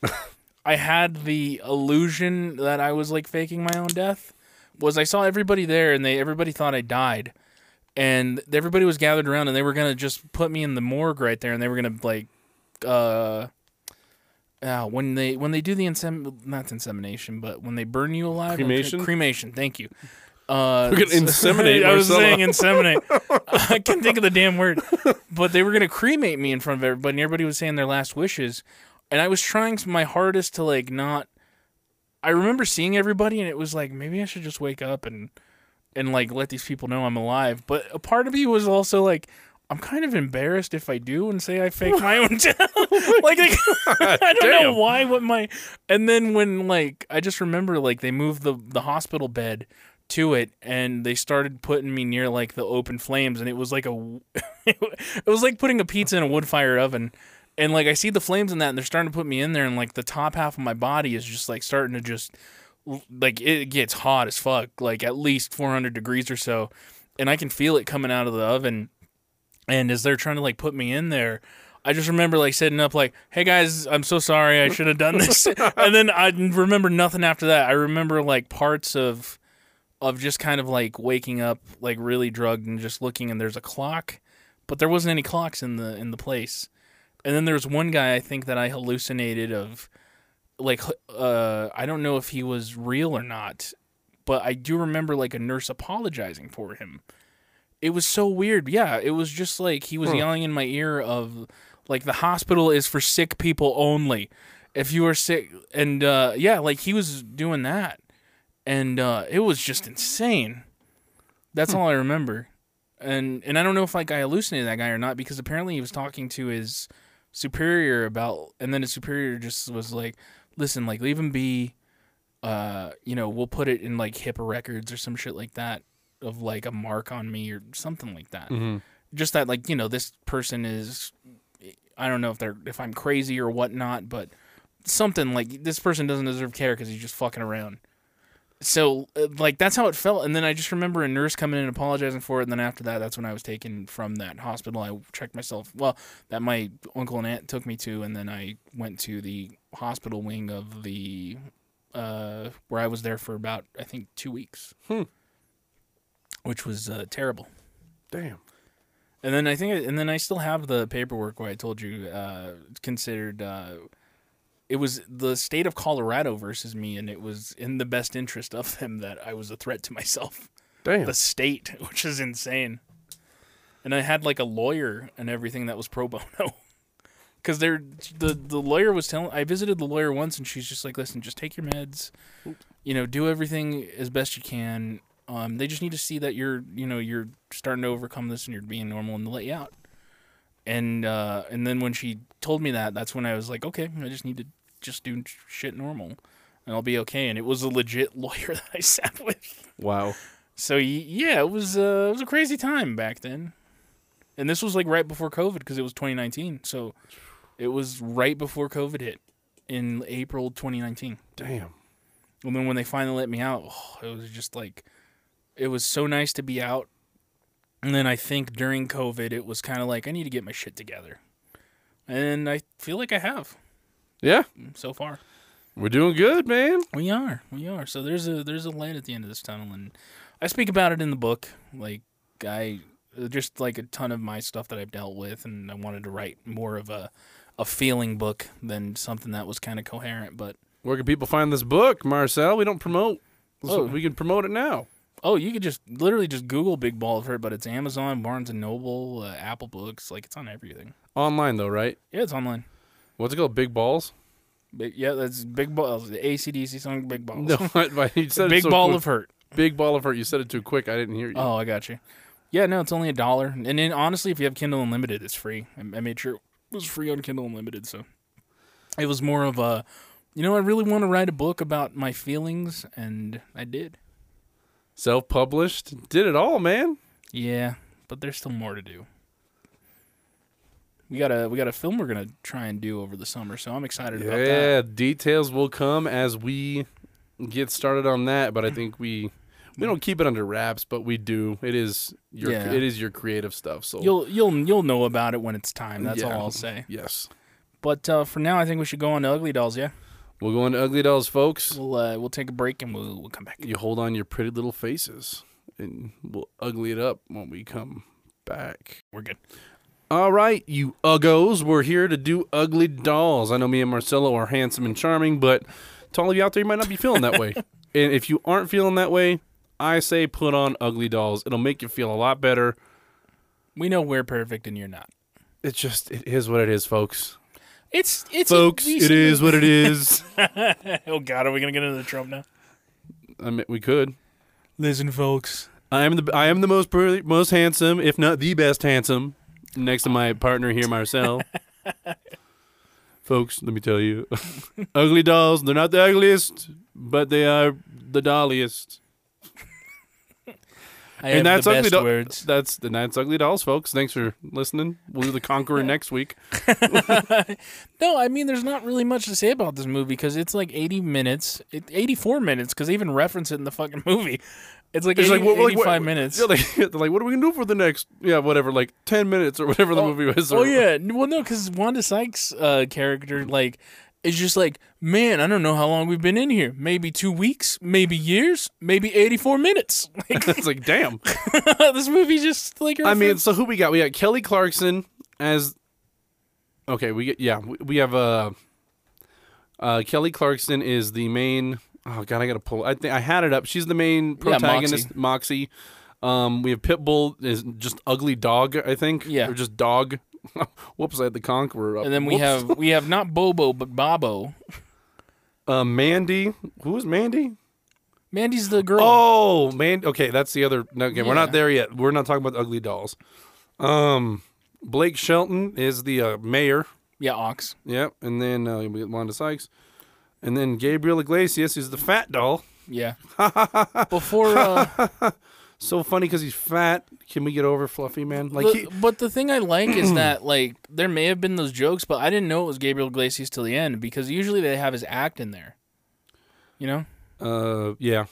S3: I had the illusion that I was like faking my own death. Was I saw everybody there and they everybody thought I died, and everybody was gathered around and they were gonna just put me in the morgue right there and they were gonna like, uh. Uh, when they when they do the insem not insemination, but when they burn you alive,
S2: Cremation?
S3: cremation. Thank you. Uh,
S2: We're gonna inseminate
S3: I was
S2: Marcella.
S3: saying inseminate. I can't think of the damn word. But they were gonna cremate me in front of everybody, and everybody was saying their last wishes, and I was trying my hardest to like not. I remember seeing everybody, and it was like maybe I should just wake up and and like let these people know I'm alive. But a part of me was also like. I'm kind of embarrassed if I do and say I fake my own death. like, like I don't know
S2: Damn.
S3: why. What my and then when like I just remember like they moved the the hospital bed to it and they started putting me near like the open flames and it was like a it was like putting a pizza in a wood fire oven and like I see the flames in that and they're starting to put me in there and like the top half of my body is just like starting to just like it gets hot as fuck like at least 400 degrees or so and I can feel it coming out of the oven and as they're trying to like put me in there, I just remember like sitting up like, "Hey guys, I'm so sorry. I should have done this." and then I remember nothing after that. I remember like parts of of just kind of like waking up like really drugged and just looking and there's a clock, but there wasn't any clocks in the in the place. And then there's one guy I think that I hallucinated of, like uh, I don't know if he was real or not, but I do remember like a nurse apologizing for him. It was so weird. Yeah, it was just like he was yelling in my ear of like the hospital is for sick people only. If you are sick and uh yeah, like he was doing that. And uh it was just insane. That's all I remember. And and I don't know if like I hallucinated that guy or not because apparently he was talking to his superior about and then his superior just was like, "Listen, like leave him be. Uh, you know, we'll put it in like HIPAA records or some shit like that of like a mark on me or something like that." Just that like, you know, this person is I don't know if they're if I'm crazy or whatnot, but something like this person doesn't deserve care because he's just fucking around. So uh, like that's how it felt, and then I just remember a nurse coming in and apologizing for it, and then after that, that's when I was taken from that hospital. I checked myself, well, that my uncle and aunt took me to, and then I went to the hospital wing of the uh, where I was there for about I think two weeks,
S2: Hmm.
S3: which was uh, terrible.
S2: Damn.
S3: And then I think, and then I still have the paperwork where I told you uh, considered. Uh, it was the state of Colorado versus me, and it was in the best interest of them that I was a threat to myself,
S2: Damn.
S3: the state, which is insane. And I had like a lawyer and everything that was pro bono, because they're the the lawyer was telling. I visited the lawyer once, and she's just like, "Listen, just take your meds, you know, do everything as best you can. Um, they just need to see that you're, you know, you're starting to overcome this and you're being normal and to let you out. And uh, and then when she told me that, that's when I was like, okay, I just need to just do shit normal, and I'll be okay. And it was a legit lawyer that I sat with.
S2: Wow.
S3: So y- yeah, it was uh, it was a crazy time back then, and this was like right before COVID because it was 2019. So it was right before COVID hit in April 2019.
S2: Damn.
S3: And then when they finally let me out, oh, it was just like, it was so nice to be out. And then I think during COVID, it was kind of like, I need to get my shit together. And I feel like I have
S2: Yeah.
S3: so far.
S2: We're doing good, man.
S3: We are, we are. So there's a there's a light at the end of this tunnel, and I speak about it in the book. Like I just like a ton of my stuff that I've dealt with, and I wanted to write more of a a feeling book than something that was kind of coherent. But
S2: Where can people find this book, Marcel? We don't promote. So
S3: Oh.
S2: We can promote it now.
S3: Oh, you could just literally just Google Big Ball of Hurt, but it's Amazon, Barnes and Noble, uh, Apple Books, like it's on everything.
S2: Online though, right?
S3: Yeah, it's online.
S2: What's it called? Big balls?
S3: Big, yeah, that's Big Balls. The ACDC song, Big Balls.
S2: No, I- you said it
S3: Big
S2: so
S3: Ball
S2: quick.
S3: of Hurt.
S2: Big ball of hurt. You said it too quick. I didn't hear you.
S3: Oh, I got you. Yeah, no, it's only a dollar. And then honestly, if you have Kindle Unlimited, it's free. I, I made sure it was free on Kindle Unlimited, so it was more of a, you know, I really want to write a book about my feelings, and I did.
S2: Self-published. Did it all, man.
S3: Yeah, but there's still more to do. We got a we got a film we're gonna try and do over the summer, so I'm excited about that.
S2: Yeah, details will come as we get started on that, but I think we we don't keep it under wraps, but we do. It is your
S3: Yeah.
S2: it is your creative stuff. So
S3: You'll you'll you'll know about it when it's time. That's
S2: Yeah.
S3: all I'll say.
S2: yes.
S3: But uh, for now, I think we should go on to Ugly Dolls. Yeah,
S2: We'll go into Ugly Dolls, folks.
S3: we'll uh, we'll take a break and we'll we'll come back.
S2: You hold on your pretty little faces and we'll ugly it up when we come back.
S3: We're good.
S2: All right, you uggos, we're here to do ugly dolls. I know me and Marcelo are handsome and charming, but to all of you out there, you might not be feeling that way. and if you aren't feeling that way, I say put on ugly dolls. It'll make you feel a lot better.
S3: We know we're perfect and you're not.
S2: It's just, it is what it is, folks.
S3: It's it's
S2: Folks, it is what it is.
S3: Oh God, are we gonna get into the Trump now?
S2: I mean, we could.
S3: Listen, folks.
S2: I am the I am the most pretty, most handsome, if not the best handsome, next to my partner here, Marcel. Folks, let me tell you, ugly dolls. They're not the ugliest, but they are the dolliest.
S3: I
S2: and that's
S3: have the
S2: ugly
S3: best
S2: dolls.
S3: words.
S2: That's the that's ugly dolls, folks. Thanks for listening. We'll do the conqueror next week.
S3: No, I mean, there's not really much to say about this movie because it's like 80 minutes, it, 84 minutes, because they even reference it in the fucking movie. It's like, 80, 85 minutes.
S2: Yeah, like, they're like, what are we gonna do for the next? Yeah, whatever. Like ten minutes or whatever the movie was.
S3: oh
S2: or-
S3: yeah, well no, because Wanda Sykes' uh, character like It's just like, man, I don't know how long we've been in here. Maybe two weeks, maybe years, maybe 84 minutes. Like,
S2: it's like, damn.
S3: this movie just like.
S2: I mean, so who we got? We got Kelly Clarkson as. Okay, we get yeah. We, we have uh, uh, Kelly Clarkson is the main. Oh god, I gotta pull. I think I had it up. She's the main protagonist, Moxie. Um, we have Pitbull is just ugly dog. I think.
S3: Yeah.
S2: Or just dog. Whoops! I had the Conqueror up.
S3: and then we
S2: Whoops.
S3: have we have not Bobo but Bobo.
S2: uh, Mandy. Who is Mandy?
S3: Mandy's the girl.
S2: Oh, man. Okay, that's the other. No, okay, we're not
S3: Yeah.
S2: there yet. We're not talking about the ugly dolls. Um, Blake Shelton is the uh, mayor.
S3: Yeah, Ox.
S2: Yep, and then uh, we get Wanda Sykes, and then Gabriel Iglesias is the fat doll.
S3: Yeah. Before, uh,
S2: So funny because he's fat. Can we get over Fluffy Man? Like
S3: but,
S2: he,
S3: but the thing I like is that like there may have been those jokes, but I didn't know it was Gabriel Iglesias till the end because usually they have his act in there. You know,
S2: uh, yeah.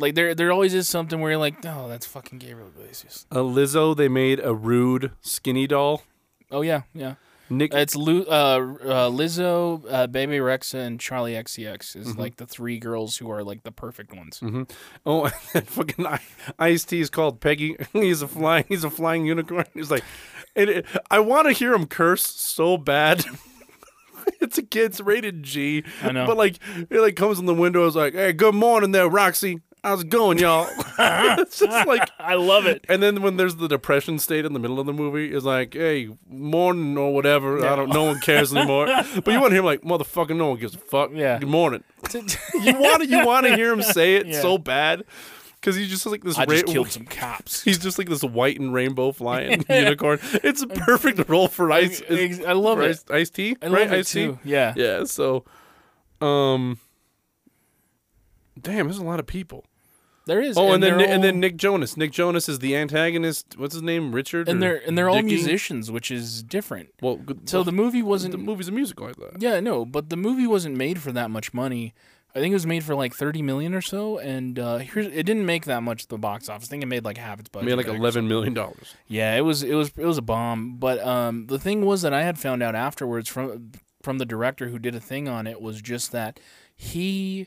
S3: like there there always is something where you're like, oh, that's fucking Gabriel Iglesias.
S2: Uh, Lizzo, they made a rude skinny doll.
S3: Oh yeah, yeah.
S2: Nick,
S3: It's Lu- uh, uh, Lizzo, uh, Baby Rexa, and Charlie XCX
S2: Mm-hmm.
S3: is like the three girls who are like the perfect ones.
S2: oh, fucking I- Ice T is called Peggy. he's a flying, he's a flying unicorn. He's like, it, it- I want to hear him curse so bad. it's a kid's rated G.
S3: I know.
S2: but like, it like comes in the window. Is like, hey, good morning there, Roxy. How's it going, y'all? it's just like
S3: I love it.
S2: And then when there's the depression state in the middle of the movie, it's like, hey, morning or whatever. I don't. No one cares anymore. but you want to hear him like, motherfucker, no one gives a fuck.
S3: Yeah.
S2: Good morning. You want to. You want to hear him say it
S3: Yeah.
S2: so bad because he's just like this.
S3: I just
S2: ra-
S3: killed some cops.
S2: He's just like this white and rainbow flying unicorn. It's a perfect role for ice.
S3: Ex- I love
S2: for
S3: it.
S2: ice, ice tea,
S3: I love
S2: right?
S3: it
S2: ice
S3: too.
S2: tea.
S3: Yeah.
S2: Yeah. So, um, damn, there's a lot of people.
S3: there is.
S2: Oh, and, then
S3: they're
S2: Ni- and
S3: all-
S2: then Nick Jonas. Nick Jonas is the antagonist. What's his name? Richard.
S3: and
S2: or
S3: they're and they're all
S2: Dickie?
S3: musicians, which is different.
S2: Well, good,
S3: So the movie wasn't.
S2: the movie's a musical. I thought.
S3: yeah, no, but the movie wasn't made for that much money. I think it was made for like thirty million or so, and uh, here's it didn't make that much at the box office. I think it made like half its
S2: I
S3: budget.
S2: mean, like
S3: back.
S2: eleven million dollars.
S3: Yeah, it was it was it was a bomb. But um, the thing was that I had found out afterwards from from the director who did a thing on it was just that he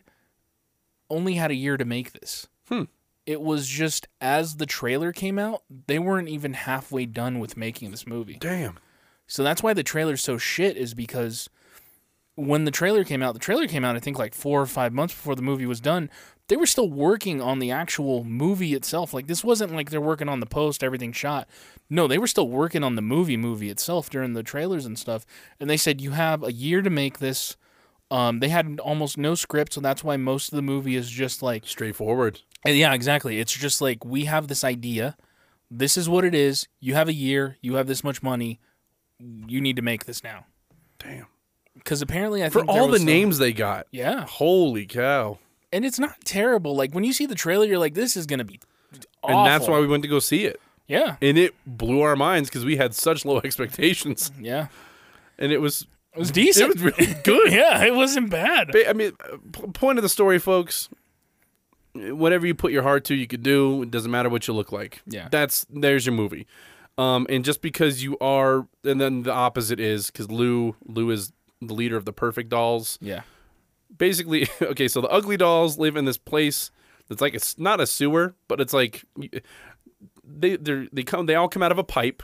S3: only had a year to make this.
S2: Hmm.
S3: It was just as the trailer came out, they weren't even halfway done with making this movie.
S2: Damn.
S3: So that's why the trailer's so shit is because when the trailer came out, the trailer came out I think like 4 or 5 months before the movie was done. They were still working on the actual movie itself. Like this wasn't like they're working on the post, everything shot. No, they were still working on the movie movie itself during the trailers and stuff. And they said you have a year to make this. Um, they had almost no script, so that's why most of the movie is just like
S2: Straightforward.
S3: and yeah, exactly. It's just like we have this idea. This is what it is. You have a year. You have this much money. You need to make this now.
S2: Damn.
S3: Because apparently, I
S2: For
S3: think there
S2: all the
S3: was some-
S2: names they got.
S3: Yeah,
S2: Holy cow!
S3: and it's not terrible. Like when you see the trailer, you're like, "This is gonna be." Awful.
S2: And that's why we went to go see it,
S3: Yeah,
S2: and it blew our minds because we had such low expectations,
S3: yeah.
S2: and it was.
S3: It was
S2: It
S3: decent.
S2: was really good.
S3: yeah, it wasn't bad.
S2: Ba- I mean, uh, p- point of the story, folks. Whatever you put your heart to, you could do. It doesn't matter what you look like.
S3: Yeah.
S2: that's there's your movie. Um, and just because you are, and then the opposite is because Lou, Lou is the leader of the Perfect Dolls.
S3: Yeah,
S2: Basically, okay, so the Ugly Dolls live in this place that's like it's not a sewer, but it's like they they they come they all come out of a pipe.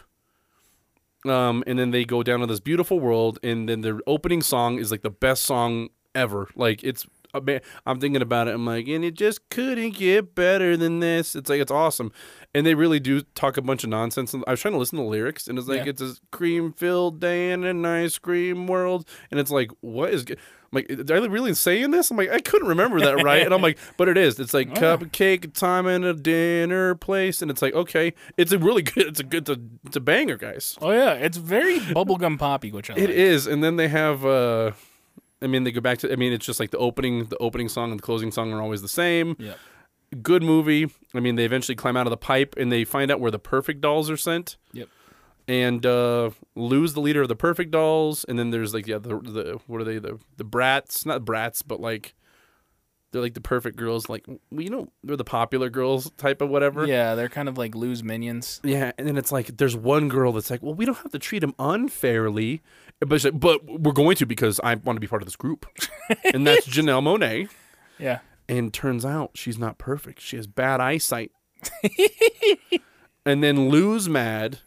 S2: Um, and then they go down to this beautiful world, and then their opening song is like the best song ever. Like it's, ama- I'm thinking about it. I'm like, and it just couldn't get better than this. It's like it's awesome, and they really do talk a bunch of nonsense. And I was trying to listen to the lyrics, and it's like
S3: Yeah.
S2: it's a cream filled day in an ice cream world, and it's like what is. g- I'm like, are they really saying this? I'm like, I couldn't remember that right, and I'm like, but it is. It's like cupcake time in a dinner place, and it's like, okay, it's a really good, it's a good, it's a, it's a banger, guys.
S3: oh yeah, it's very bubblegum poppy, which I
S2: It
S3: like.
S2: is, and then they have. uh I mean, they go back to. I mean, it's just like the opening, the opening song and the closing song are always the same.
S3: Yep.
S2: Good movie. I mean, they eventually climb out of the pipe and they find out where the perfect dolls are sent.
S3: Yep.
S2: And uh, Lou's the leader of the perfect dolls, and then there's like yeah, the the what are they the the brats? Not brats, but like They're like the perfect girls, like well, you know, they're the popular girls type of whatever.
S3: Yeah, they're kind of like lose minions.
S2: Yeah, and then it's like there's one girl that's like, well, we don't have to treat him unfairly, but she's like, but we're going to because I want to be part of this group, and that's Janelle Monet.
S3: Yeah.
S2: And turns out she's not perfect. She has bad eyesight. and then Lou's mad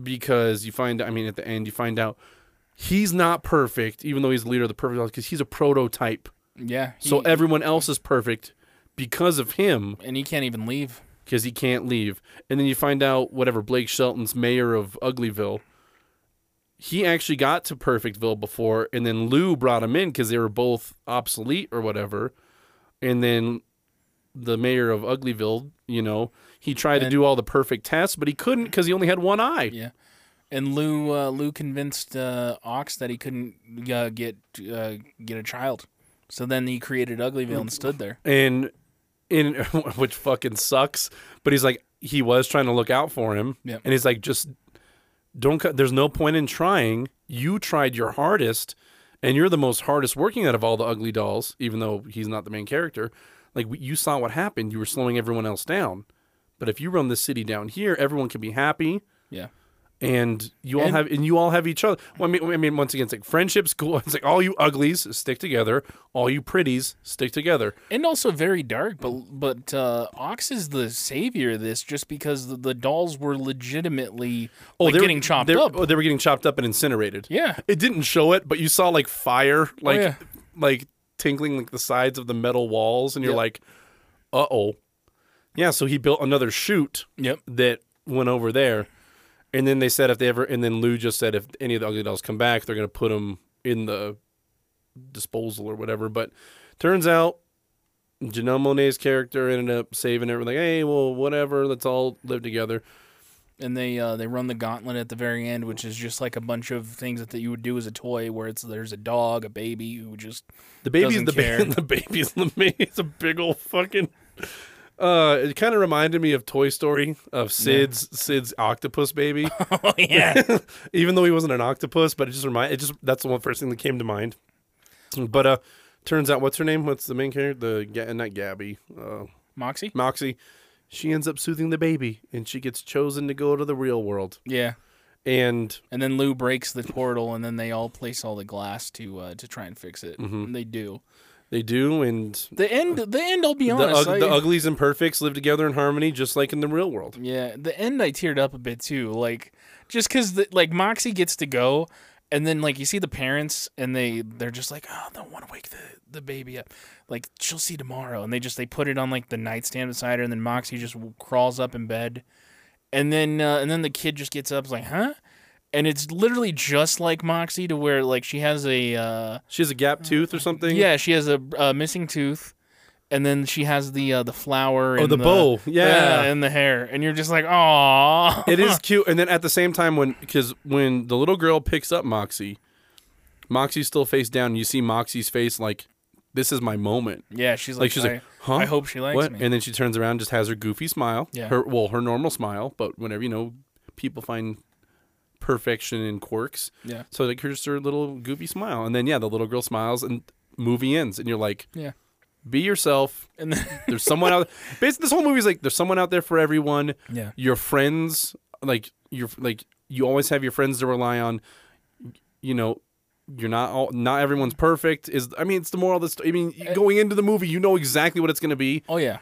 S2: because you find I mean at the end you find out he's not perfect, even though he's the leader of the perfect because he's a prototype.
S3: Yeah. he-
S2: So everyone else is perfect because of him
S3: and he can't even leave.
S2: because he can't leave. And then you find out whatever Blake Shelton's mayor of Uglyville. He actually got to Perfectville before, and then Lou brought him in because they were both obsolete or whatever. And then the mayor of Uglyville, you know, he tried to
S3: And-
S2: do all the perfect tests, but he couldn't because he only had one eye.
S3: Yeah. And Lou uh, Lou convinced uh, Ox that he couldn't uh, get uh, get a child. So then he created Uglyville and stood there.
S2: And in which fucking sucks, but he's like he was trying to look out for him,
S3: Yep.
S2: and he's like just don't cut there's no point in trying you tried your hardest and you're the most hardest working out of all the ugly dolls even though he's not the main character like w- you saw what happened you were slowing everyone else down but if you run this city down here everyone can be happy
S3: Yeah.
S2: and you all
S3: And-
S2: have and you all have each other well, I, mean, I mean once again it's like friendships cool it's like all you uglies stick together all you pretties stick together
S3: And also very dark, but but uh, Ox is the savior of this just because the, the dolls were legitimately like,
S2: they were-
S3: getting chopped
S2: they were-
S3: up.
S2: oh, they were getting chopped up and incinerated
S3: Yeah. Oh,
S2: it didn't show it, but you saw like fire, like
S3: yeah.
S2: like tinkling like the sides of the metal walls, and you're
S3: Yep.
S2: like, uh oh, yeah. So he built another chute
S3: Yep.
S2: that went over there, and then they said if they ever, and then Lou just said if any of the ugly dolls come back, they're gonna put them in the disposal or whatever. But turns out. Janelle Monet's character ended up saving everything. Like, hey, well, whatever. Let's all live together.
S3: and they uh, they run the gauntlet at the very end, which is just like a bunch of things that, that you would do as a toy, where it's there's a dog, a baby who just
S2: The baby's
S3: Doesn't
S2: the
S3: care.
S2: ba- the baby's the main. It's a big old fucking. Uh, it kind of reminded me of Toy Story of Sid's Sid's octopus baby,
S3: oh yeah
S2: even though he wasn't an octopus, but it just remind it just that's the one first thing that came to mind. But uh, turns out what's her name? What's the main character? The Ga- not Gabby, uh,
S3: Moxie
S2: Moxie. She ends up soothing the baby, and she gets chosen to go to the real world.
S3: yeah,
S2: And
S3: and then Lou breaks the portal, and then they all place all the glass to uh, to try and fix it.
S2: Mm-hmm.
S3: And they do
S2: they do, and
S3: the end. The end. I'll be
S2: the,
S3: honest.
S2: ug-
S3: I-
S2: the uglies and perfects live together in harmony, just like in the real world.
S3: Yeah, the end I teared up a bit too, like just because like Moxie gets to go, and then like you see the parents and they they're just like, oh, don't want to wake the the baby up, like she'll see tomorrow, and they just they put it on like the nightstand beside her, and then Moxie just w- crawls up in bed, and then uh, and then the kid just gets up, is like, huh, and it's literally just like Moxie to where like she has a uh,
S2: She has a gap tooth or something.
S3: yeah she has a uh, missing tooth. And then she has the uh, the flower.
S2: Oh,
S3: and
S2: the bow. Yeah.
S3: and the hair, and you're just like, oh,
S2: It is cute. And then at the same time, when because when the little girl picks up Moxie, Moxie's still face down. And you see Moxie's face like, "This is my moment."
S3: Yeah, she's like,
S2: Like she's
S3: I,
S2: like, "Huh?
S3: I hope she likes
S2: what?"
S3: me.
S2: And then she turns around, and just has her goofy smile.
S3: Yeah.
S2: Her well, her normal smile. But whenever you know, people find perfection in quirks.
S3: yeah,
S2: So like, here's her little goofy smile, and then yeah, the little girl smiles, and movie ends, and you're like,
S3: yeah,
S2: "Be yourself."
S3: and then
S2: There's someone out. Basically, this whole movie's like there's someone out there for everyone.
S3: Yeah.
S2: your friends, like your like you always have your friends to rely on. You know, you're not all not everyone's perfect. Is I mean, it's the moral of the story. I
S3: Eh.
S2: mean, going into the movie, you know exactly what it's going to be,
S3: oh yeah,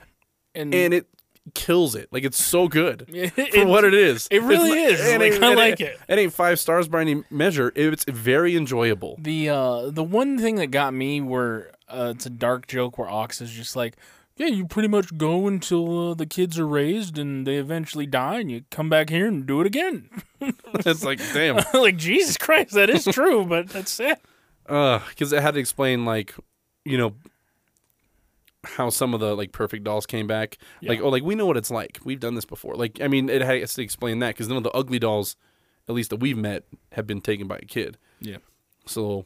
S3: and,
S2: and it kills it. Like it's so good
S3: it,
S2: for what it is.
S3: it really
S2: It's
S3: is.
S2: not-
S3: Like, I like it.
S2: It ain't five stars by any measure. It's very enjoyable.
S3: the uh, the one thing that got me were uh, it's a dark joke where Ox is just like, yeah, you pretty much go until uh, the kids are raised and they eventually die, and you come back here and do it again.
S2: it's like damn.
S3: like Jesus Christ, that is true, but that's sad.
S2: because it had to explain like you know how some of the like perfect dolls came back like oh like we know what it's like we've done this before like i mean it has to explain that because none of the ugly dolls at least that we've met have been taken by a kid
S3: Yeah.
S2: so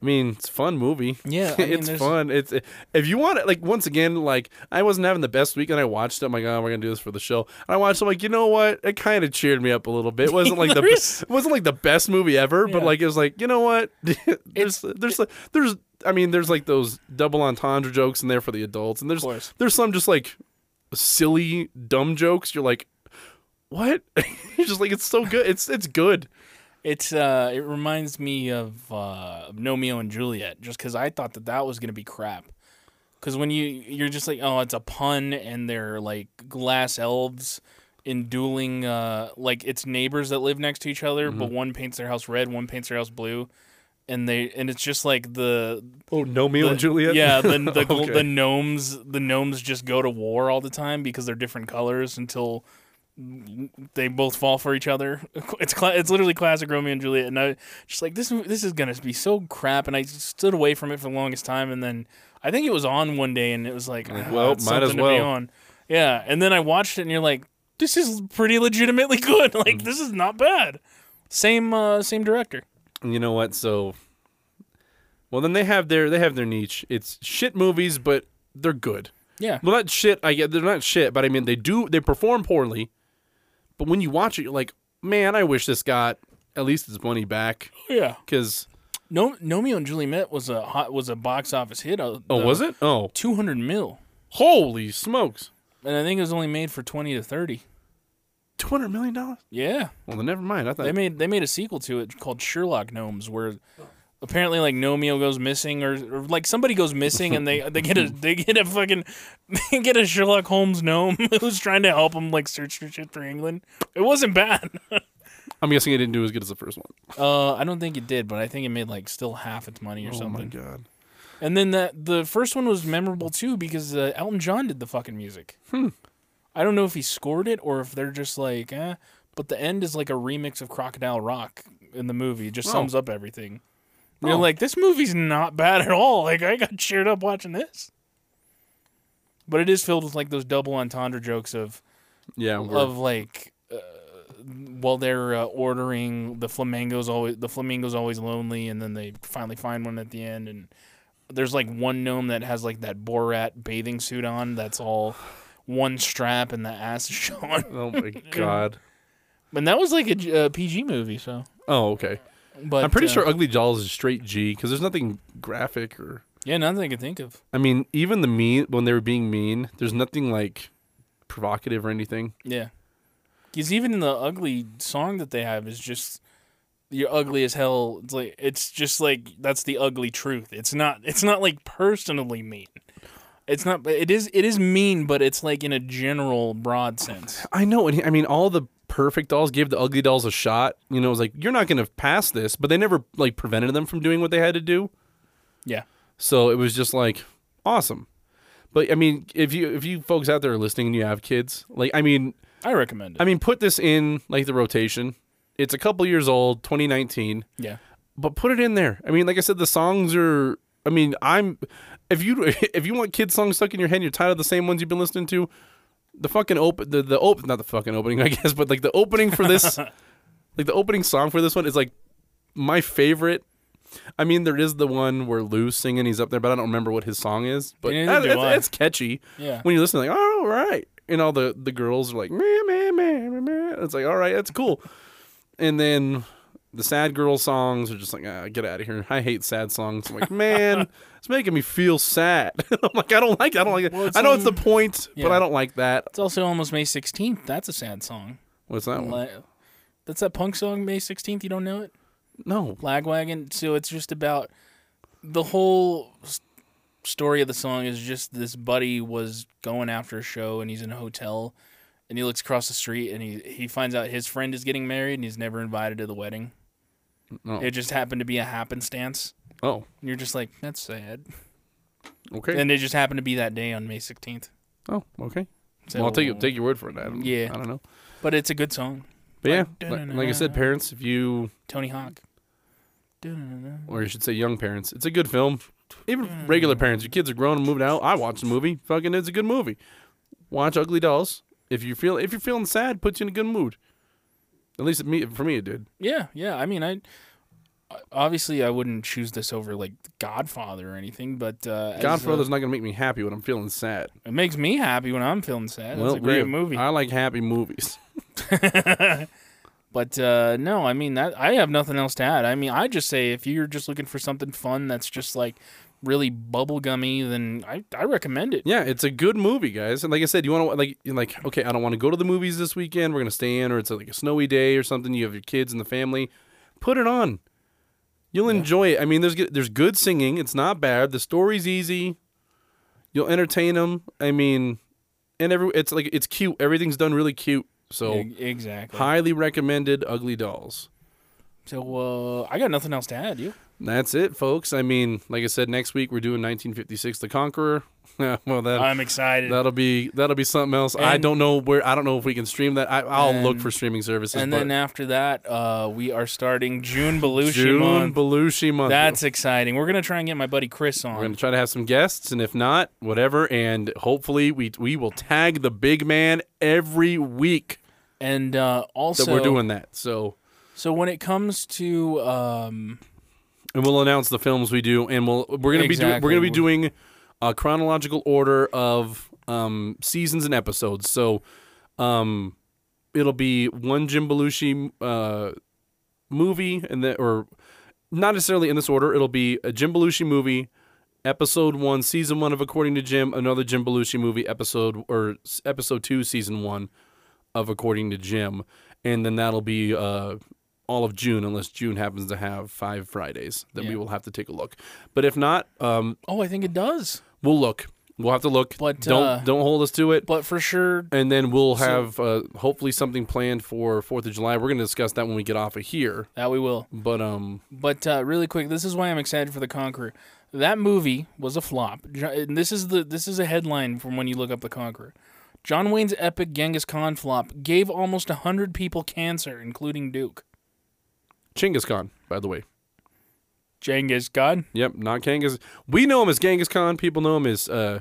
S2: I mean, it's a fun movie.
S3: Yeah, I mean,
S2: it's
S3: there's-
S2: fun. It's if you want it, like once again, like I wasn't having the best week, and I watched it. I'm like, oh, we're gonna do this for the show. And I watched. it, I'm like, you know what? It kind of cheered me up a little bit. It wasn't like the be-
S3: There's-
S2: it wasn't like the best movie ever, but
S3: Yeah.
S2: like it was like you know what? there's there's there's I mean, there's like those double entendre jokes in there for the adults, and there's
S3: course.
S2: there's some just like silly dumb jokes. You're like. What? You're just like it's so good. It's it's good.
S3: It's uh, it reminds me of uh, Romeo and Juliet, just because I thought that that was gonna be crap. Because when you you're just like, oh, it's a pun, and they're like glass elves in dueling, uh, like it's neighbors that live next to each other, but one paints their house red, one paints their house blue, and they and it's just like the
S2: Oh, no, Meo and
S3: the-
S2: Juliet.
S3: Yeah, the the, gl-
S2: Okay.
S3: the gnomes the gnomes just go to war all the time because they're different colors until they both fall for each other. It's cla it's literally classic Romeo and Juliet, and I just like this this is gonna be so crap, and I stood away from it for the longest time, and then I think it was on one day, and it was like,
S2: Like,
S3: "Ah,
S2: well,
S3: it's
S2: might as
S3: something to be
S2: well."
S3: on. Yeah, and then I watched it, and you're like, this is pretty legitimately good. Like
S2: Mm.
S3: this is not bad. Same uh, same director.
S2: And you know what? So, well, then they have their they have their niche. It's shit movies, but they're good.
S3: Yeah.
S2: Well, not shit. I get they're not shit, but I mean they do they perform poorly. But when you watch it, you're like, man, I wish this got at least its money back
S3: Yeah.
S2: because
S3: No, Nomeo and Juliet was a hot, was a box office hit. Oh,
S2: oh, was it? Oh,
S3: two hundred mil?
S2: holy smokes,
S3: And I think it was only made for twenty to thirty.
S2: two hundred million dollars.
S3: Yeah,
S2: Well, then never mind. I thought
S3: they made they made a sequel to it called Sherlock Gnomes, where apparently like Nomeo goes missing or, or like somebody goes missing, and they they get a they get a fucking they get a Sherlock Holmes gnome who's trying to help them like search for shit for England. It wasn't bad.
S2: I'm guessing it didn't do as good as the first one.
S3: Uh, I don't think it did, but I think it made like still half its money or something.
S2: Oh god.
S3: And then that the first one was memorable too because uh, Elton John did the fucking music.
S2: Hmm.
S3: I don't know if he scored it or if they're just like, eh. But the end is like a remix of Crocodile Rock in the movie. It just
S2: Oh.
S3: sums up everything.
S2: Oh.
S3: You're like, this movie's not bad at all. Like I got cheered up watching this. But it is filled with like those double entendre jokes of
S2: Yeah. we're-
S3: of like uh, while they're uh, ordering the flamingos always the flamingo's always lonely and then they finally find one at the end and there's like one gnome that has like that Borat bathing suit on that's all one strap and the ass is showing
S2: oh my god.
S3: and that was like a G- uh, PG movie so
S2: Oh okay.
S3: but
S2: I'm pretty
S3: uh,
S2: sure Ugly Dolls is straight G because there's nothing graphic or.
S3: yeah nothing I could think of
S2: I mean, even the mean when they were being mean, there's nothing like provocative or anything.
S3: yeah because even in the ugly song that they have is just you're ugly as hell it's like it's just like that's the ugly truth it's not it's not like personally mean it's not it is it is mean but it's like in a general broad sense
S2: I know, and he- I mean, all the perfect dolls gave the ugly dolls a shot. You know, it was like you're not going to pass this, but they never like prevented them from doing what they had to do.
S3: yeah
S2: So it was just like awesome. But I mean, if you if you folks out there are listening and you have kids, like I mean,
S3: i recommend it
S2: I mean, put this in like the rotation. It's a couple years old, 2019.
S3: yeah
S2: but put it in there. I mean, like I said, the songs are. I mean, I'm. If you if you want kids songs stuck in your head, and you're tired of the same ones you've been listening to. The fucking open the the open not the fucking opening I guess, but like the opening for this, like the opening song for this one is like my favorite. I mean, there is the one where Lou's singing, he's up there, but I don't remember what his song is. But
S3: Neither
S2: that-
S3: do
S2: that's,
S3: I.
S2: that's catchy.
S3: Yeah.
S2: When you listen, like, oh, all right, and all the the girls are like, meh, meh, meh, meh, meh. It's like, all right, that's cool. and then the sad girl songs are just like, ah, get out of here. I hate sad songs. I'm like, man, it's making me feel sad. I'm like, I don't like, I don't like it.
S3: Well, it's
S2: I know it's the
S3: on-
S2: point, but
S3: Yeah.
S2: I don't like that.
S3: it's also almost may 16th that's a sad song
S2: What's that one?
S3: La- that's that punk song may 16th you don't know it
S2: No.
S3: Lagwagon. So it's just about the whole s- story of the song is just this buddy was going after a show and he's in a hotel and he looks across the street and he he finds out his friend is getting married and he's never invited to the wedding.
S2: Oh.
S3: It just happened to be a happenstance.
S2: Oh,
S3: And you're just like, that's sad.
S2: okay.
S3: And it just happened to be that day on May 16th.
S2: oh, okay.
S3: So,
S2: Well, I'll take, take your word for it. I don't,
S3: Yeah.
S2: I don't know.
S3: But it's a good song.
S2: But yeah, like,
S3: Like,
S2: like I said,
S3: da-na-na-na.
S2: parents, if you,
S3: Tony Hawk. Da-na-na-na.
S2: or you should say young parents, it's a good film.
S3: Hmm.
S2: Even regular parents, your kids are grown and moving out. I watched the movie. Fucking, it's a good movie. Watch Ugly Dolls. If you feel, if you're feeling sad, puts you in a good mood. At least it, me, for me, it did.
S3: Yeah, yeah. I mean, I obviously I wouldn't choose this over like Godfather or anything, but uh, as,
S2: Godfather's not gonna make me happy when I'm feeling sad.
S3: uh, it makes me happy when I'm feeling sad.
S2: Well,
S3: it's a great
S2: we-
S3: movie.
S2: I like happy movies.
S3: But uh, no, I mean that I have nothing else to add. I mean, I just say if you're just looking for something fun that's just like really bubblegummy, then I, I recommend it.
S2: Yeah, it's a good movie, guys. And like I said, you want to like you're like okay, I don't want to go to the movies this weekend. We're gonna stay in, or it's like a snowy day or something. You have your kids and the family. Put it on. You'll enjoy it. I mean, there's good- there's good singing. It's not bad. The story's easy. You'll entertain them. I mean, and every it's like it's cute. Everything's done really cute. So
S3: E- exactly.
S2: highly recommended. Ugly Dolls.
S3: So uh, I got nothing else to add. You?
S2: That's it, folks. I mean, like I said, next week we're doing 1956, The Conqueror. Yeah, well, that
S3: I'm excited.
S2: That'll be that'll be something else. I
S3: And-
S2: don't know where I don't know if we can stream that. I, I'll look
S3: And-
S2: for streaming services.
S3: and
S2: but
S3: then after that, uh, we are starting June Belushi
S2: June
S3: month.
S2: Belushi month.
S3: That's exciting. We're gonna try and get my buddy Chris
S2: we're gonna
S3: on.
S2: try to have some guests, and if not, whatever. And hopefully we we will tag the big man every week
S3: And uh, also,
S2: that we're doing that. So
S3: So when it comes to um,
S2: and we'll announce the films we do, and we'll we're gonna be doing we're
S3: Exactly.
S2: gonna be doing a chronological order of um seasons and episodes. So um it'll be one Jim Belushi uh movie and then or not necessarily in this order. It'll be a Jim Belushi movie, episode one, season one of According to Jim, another Jim Belushi movie, episode or s- episode two, season one of According to Jim, and then that'll be uh, all of June, unless June happens to have five Fridays. Then we
S3: Yeah.
S2: will have to take a look. But if not, um,
S3: oh, I think it does.
S2: we'll look. We'll have to look.
S3: But,
S2: don't
S3: uh,
S2: don't hold us to it.
S3: But for sure,
S2: and then we'll have uh, hopefully something planned for Fourth of July. We're going to discuss that when we get off of here.
S3: that we will.
S2: But um,
S3: But uh, really quick, this is why I'm excited for the Conqueror. That movie was a flop. Jo- And this is the this is a headline from when you look up the Conqueror. John Wayne's epic Genghis Khan flop gave almost hundred people cancer, including Duke.
S2: Chinggis Khan, by the way.
S3: Genghis Khan,
S2: Yep, not Genghis. We know him as Genghis Khan. People know him as, uh,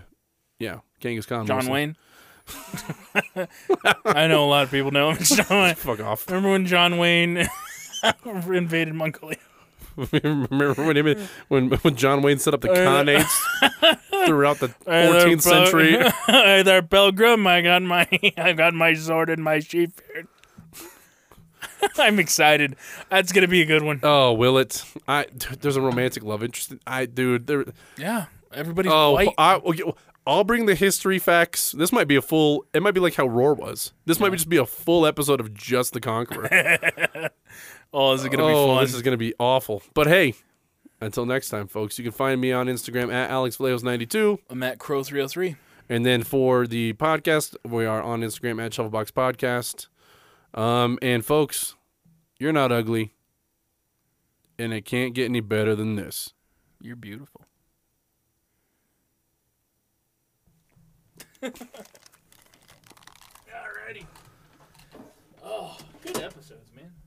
S2: yeah, Genghis Khan.
S3: John
S2: mostly.
S3: Wayne. I know a lot of people know him. as John Wayne.
S2: Fuck off.
S3: Remember when John Wayne invaded Mongolia?
S2: Remember when, him, when when John Wayne set up the
S3: Uh,
S2: Khanates throughout the
S3: Hey there,
S2: 14th
S3: Pel-
S2: century?
S3: hey there, Pilgrim. I got my I got my sword and my sheep beard. I'm excited. That's gonna be a good one.
S2: Oh, will it? I there's a romantic love interest. I dude, there.
S3: Yeah, everybody's
S2: Oh,
S3: white.
S2: I, okay, I'll bring the history facts. This might be a full. It might be like how Roar was. This might just be a full episode of just the Conqueror.
S3: oh, this is gonna
S2: oh,
S3: be fun.
S2: this is going to be awful. But hey, until next time, folks, you can find me on Instagram at AlexVallejos92.
S3: I'm at Crow 303.
S2: And then for the podcast, we are on Instagram at Shufflebox Podcast. Um, and folks, you're not ugly. And it can't get any better than this.
S3: You're beautiful. Alrighty. Oh, good episodes, man.